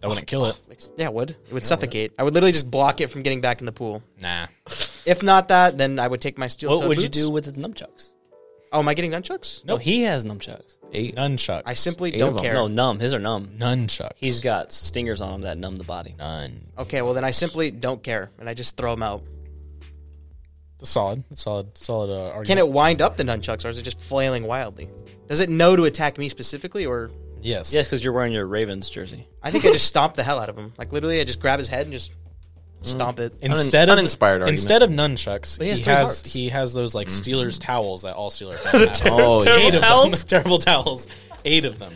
That wouldn't kill it.
Yeah, it would. It would suffocate. I would literally just block it from getting back in the pool.
Nah.
If not that, then I would take my steel.
What would you do with the nunchucks?
Oh, am I getting nunchucks?
No, he has nunchucks.
Eight.
Nunchucks.
I simply
Eight of
don't
'em.
care.
No, numb. His are numb.
nunchucks.
He's got stingers on him that numb the body.
none.
Okay, well then I simply don't care, and I just throw them out.
That's solid. That's solid. Solid uh, argument.
Can it wind up the nunchucks, or is it just flailing wildly? Does it know to attack me specifically, or
Yes.
Yes, because you're wearing your Ravens jersey.
I think I just stomped the hell out of him. Like literally, I just grab his head and just stomp it.
Instead of
uninspired argument.
instead of nunchucks,
he
he
has
has
three
he
hearts.
has, those like Steelers towels that all Steelers fans have.
oh, yeah.
Eight of them. Mm-hmm. terrible towels, eight of them.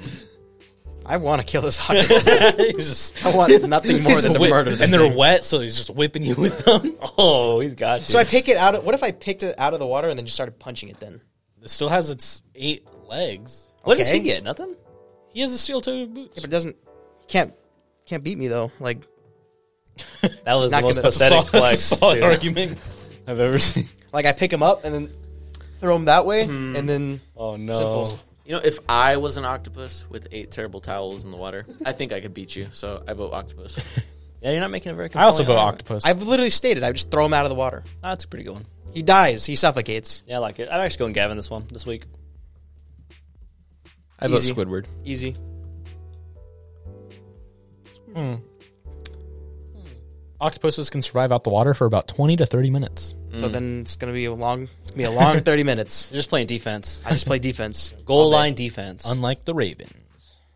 I want to kill this hockey. player.
He's just-
I want nothing more than
just
to
whip-
murder this
and they're
thing.
wet, so he's just whipping you with them.
Oh, he's got you.
So I pick it out. Of, what if I picked it out of the water and then just started punching it? Then
It still has its eight legs.
what does he
okay.
get? Nothing.
He has a steel toed boot.
if it doesn't, can't can't beat me though. Like
That was
Not
the most
gonna-
pathetic
Solid- that's a
flex.
solid
dude.
argument.
I've ever seen.
like I pick him up and then throw him that way, and then
Oh no!
Simple.
you know, if I was an octopus with eight terrible towels in the water, I think I could beat you. So I vote octopus.
Yeah, you're not making a very.
I also
compelling
go
argument.
octopus.
I've literally stated I just throw him out of the water.
Ah, that's a pretty good one.
He dies. He suffocates.
Yeah, I like it. I'm actually going Gavin this one this week.
I
vote Easy.
Squidward.
Easy.
Octopuses can survive out the water for about twenty to thirty minutes.
So then it's gonna be a long. It's gonna be a long thirty minutes.
You're just playing defense,
I just play defense.
goal line defense.
Unlike the Raven.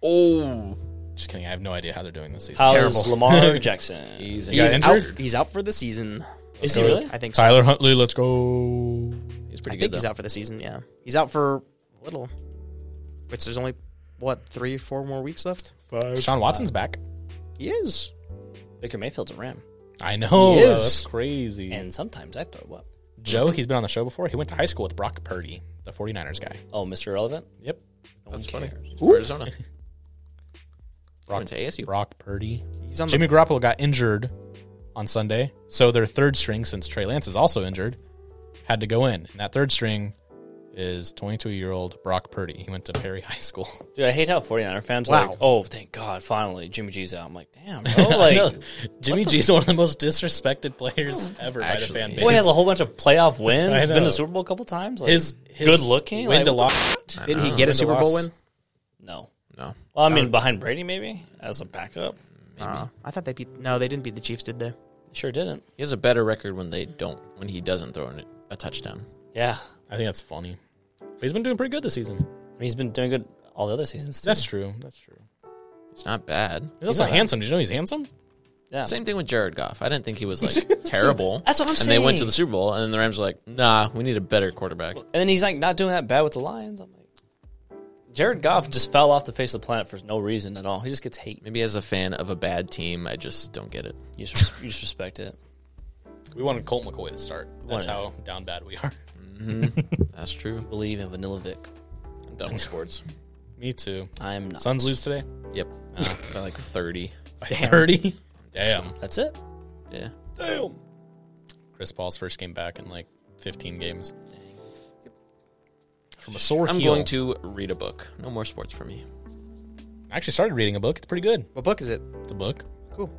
Oh,
Just kidding. I have no idea how they're doing this season.
How's
terrible.
Lamar Jackson?
he's
He got
He's out,
injured?
he's out for the season.
Is he really?
I think so.
Tyler Huntley, let's go.
he's
I
pretty
think
good.
he's
though.
out for the season. Yeah, he's out for a little. Which there's only what three, four more weeks left.
Sean Watson's back.
He is.
Baker Mayfield's a ram,
I know.
He is.
That's crazy.
and sometimes I throw up.
Joe, he's been on the show before. He went to high school with Brock Purdy, the 49ers guy.
Oh, Mr. Irrelevant.
Yep.
That's
Okay.
funny. He's from Arizona.
Brock,
Went to ASU.
Brock Purdy.
He's on
Jimmy Garoppolo got injured on Sunday, so their third string, since Trey Lance is also injured, had to go in. And that third string is 22 year old Brock Purdy. He went to Perry High School.
Dude, I hate how 49er fans are
Wow.
like, oh, thank God, finally, Jimmy G's out. I'm like, damn, bro. Oh, Like,
No, Jimmy G's one of the most disrespected players ever
Actually,
by the fan base.
boy has a whole bunch of playoff
I
wins. Been to
know.
the Super Bowl a couple times. Like,
his, his
good looking.
win
Like,
to
what
loss.
the, didn't he get a
Win to
Super Bowl
loss.
win?
the- No.
No,
Well, I mean, behind Brady, maybe as a backup.
Uh, I thought they beat. No, they didn't beat the Chiefs, did they?
Sure didn't.
he has a better record when they don't when he doesn't throw in a touchdown.
Yeah,
I think that's funny. But he's been doing pretty good this season.
I mean, he's been doing good all the other seasons. Too.
That's true. That's true.
It's not bad.
He's also handsome. Did you know he's handsome?
yeah.
Same thing with Jared Goff. I didn't think he was like terrible.
That's what I'm
and they went to
saying.
the Super Bowl, and then the Rams were like, "Nah, we need a better quarterback."
And then he's like not doing that bad with the Lions. I'm like, Jared Goff just fell off the face of the planet for no reason at all. He just gets hate.
Maybe as a fan of a bad team, I just don't get it.
You just, res- you just respect it.
We wanted Colt McCoy to start. That's
Wanted-
how down bad we are.
That's true.
Believe in Vanilla Vic.
I'm done with sports.
Me too.
I'm not.
Suns lose today
Yep, Uh, By like thirty.
by 30. Damn.
That's it.
Yeah,
Damn. Chris Paul's first game back in like 15 games. From a sore
I'm
heel.
going to read a book. No more sports for me.
I actually started reading a book. It's pretty good.
What book is it?
It's a book.
Cool.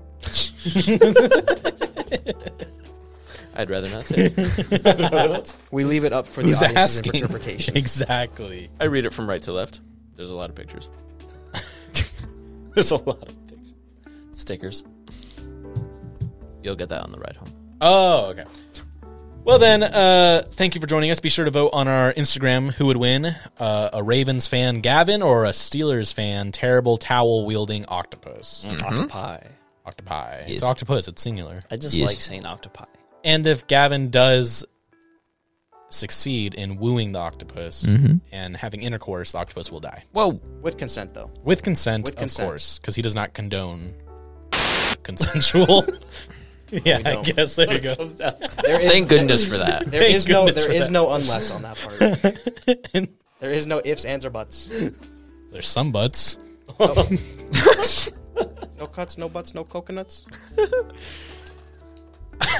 I'd rather not say. it.
We leave it up for the
Who's
audience's
asking?
interpretation.
Exactly.
I read it from right to left. There's a lot of pictures.
There's a lot of pictures. stickers.
You'll get that on the ride home.
Oh, okay. Well then, uh, thank you for joining us. Be sure to vote on our Instagram who would win: uh, a Ravens fan, Gavin, or a Steelers fan, terrible towel wielding octopus,
Octopi.
octopi. It's octopus. It's singular.
I just
Hmm. Yes.
like saying octopi.
And if Gavin does succeed in wooing the octopus and having intercourse, the octopus will die
Whoa,
With consent, though.
with consent,
With
of
consent.
course, because he does not condone consensual. yeah, I guess there you go.
There is,
thank goodness for that.
there is no
goodness
there
for
is
that.
no unless on that part. there is no ifs, ands, or buts.
There's some butts.
No cuts, no buts, no coconuts.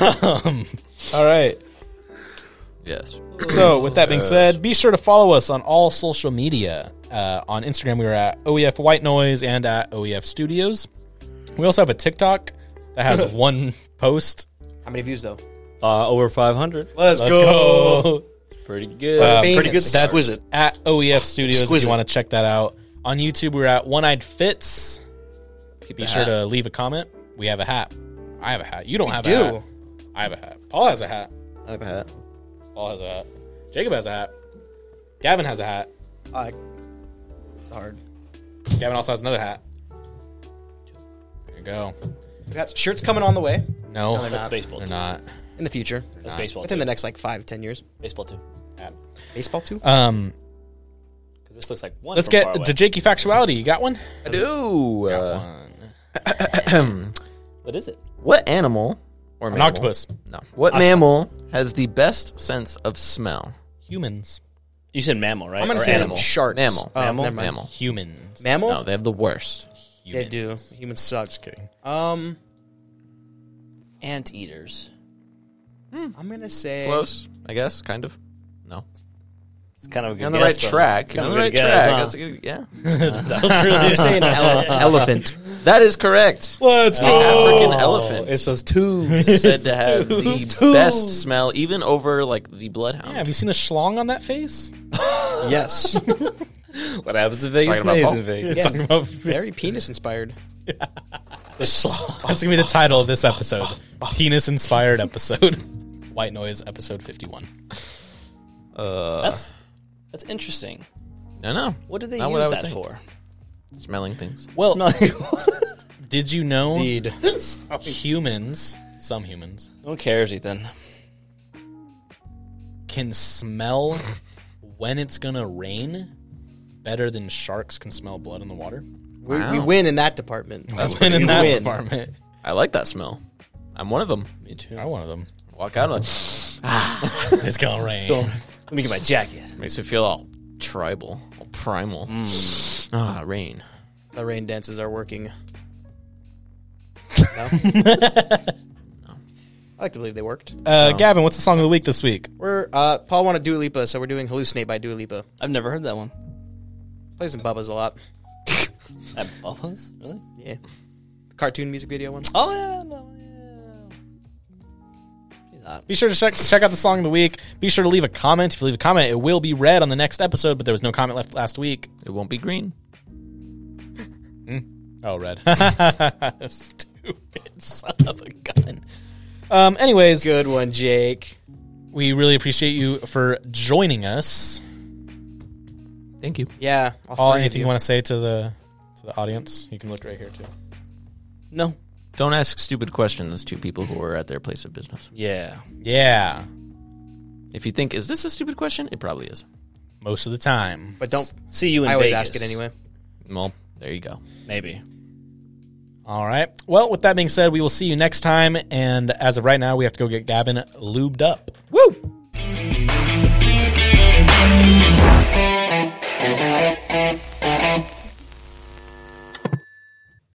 All right.
Yes.
So, with that being said, be sure to follow us on all social media. Uh, on Instagram, we are at OEF White Noise and at OEF Studios. We also have a TikTok that has one post.
How many views though?
Uh, over 500.
Let's,
Let's go.
Pretty good.
Uh,
Famous.
pretty good stats.
Exquisite.
At OEF Studios, if
Exquisite.
you want to check that out. On YouTube, we're at One Eyed Fits. Be
the
sure
hat.
to leave a comment. We have a hat. I have a hat. You don't have
do.
a hat. I have a hat. Paul has a hat.
I have a hat.
Paul has a hat. Jacob has a hat. Gavin has a hat.
Uh, it's hard.
Gavin also has another hat. There you go.
We got shirts coming on the way
No,
they're
they're
That's baseball. Too.
not.
in the future.
That's baseball.
Within
Too.
the next like five, ten years.
Baseball too.
Baseball too.
Um,
Because this looks like one.
let's
from
get
far away.
to Jakey factuality. You got one?
I do. Uh,
what is it?
what animal or
An
mammal-
octopus.
No. What mammal has the best sense of smell?
Humans.
You said mammal, right?
I'm gonna
Or
say
animal.
sharks.
Mammal.
Oh,
mammal.
never mind.
Mammal.
Humans.
Mammal.
No, they have the worst.
they do. Humans suck. Just
kidding.
Um,
Anteaters.
I'm gonna say
Close, I guess, kind of. No.
It's kind of a good
You're on the
guess,
right
though.
track. You're
Kinda
on the right
good guess,
track.
huh?
That's a good, yeah.
That was really
You're saying ele- elephant.
That is correct.
Let's Oh,
An African elephant
It's
is
those tubes.
said to have the best smell, even over like the bloodhound.
Yeah, have you seen the schlong on that face?
yes.
what happens in Vegas?
Talking about
Stays
Paul?
in Vegas.
Talking about-
Very penis inspired.
That's gonna be the title of this episode. Penis inspired episode. White noise episode fifty one.
That's, that's interesting.
I know.
What do they
Not what I
use
would
that
think.
for?
Smelling things.
Well,
No,
did you know
Indeed.
humans, some humans,
who cares, Ethan?
can smell when it's gonna rain better than sharks can smell blood in the water?
We, we
Wow.
win in that department.
That's been in that
win.
department.
I like that smell. I'm one of them.
Me too.
I'm one of them.
Walk out like
It's gonna rain.
Let me get my jacket.
makes me feel all tribal, all primal. Ah, rain.
The rain dances are working. No? I like to believe they worked.
Uh, Gavin, what's the song of the week this week?
We're uh, Paul wanted Dua Lipa, so we're doing "Hallucinate" by Dua Lipa.
I've never heard that one.
Plays in Bubba's a lot.
At Bubba's? Really?
Yeah, the cartoon music video one.
Oh, yeah. That one, yeah. He's hot.
Be sure to check check out the song of the week. Be sure to leave a comment. If you leave a comment, it will be read on the next episode. But there was no comment left last week.
It won't be green.
Oh, red. Stupid son of a gun. Um, anyways,
Good one, Jake.
we really appreciate you for joining us.
Thank you.
Yeah, all
Paul,
three of
anything you want to say to the to the audience? You can look right here too.
No.
Don't ask stupid questions to people who are at their place of business.
Yeah.
Yeah,
If you think, is this a stupid question? It probably is.
most of the time.
but don't.
See you in
I always
Vegas.
ask it anyway.
Well, there you go.
Maybe.
All right. Well, with that being said, we will see you next time. And as of right now, we have to go get Gavin lubed up.
Woo!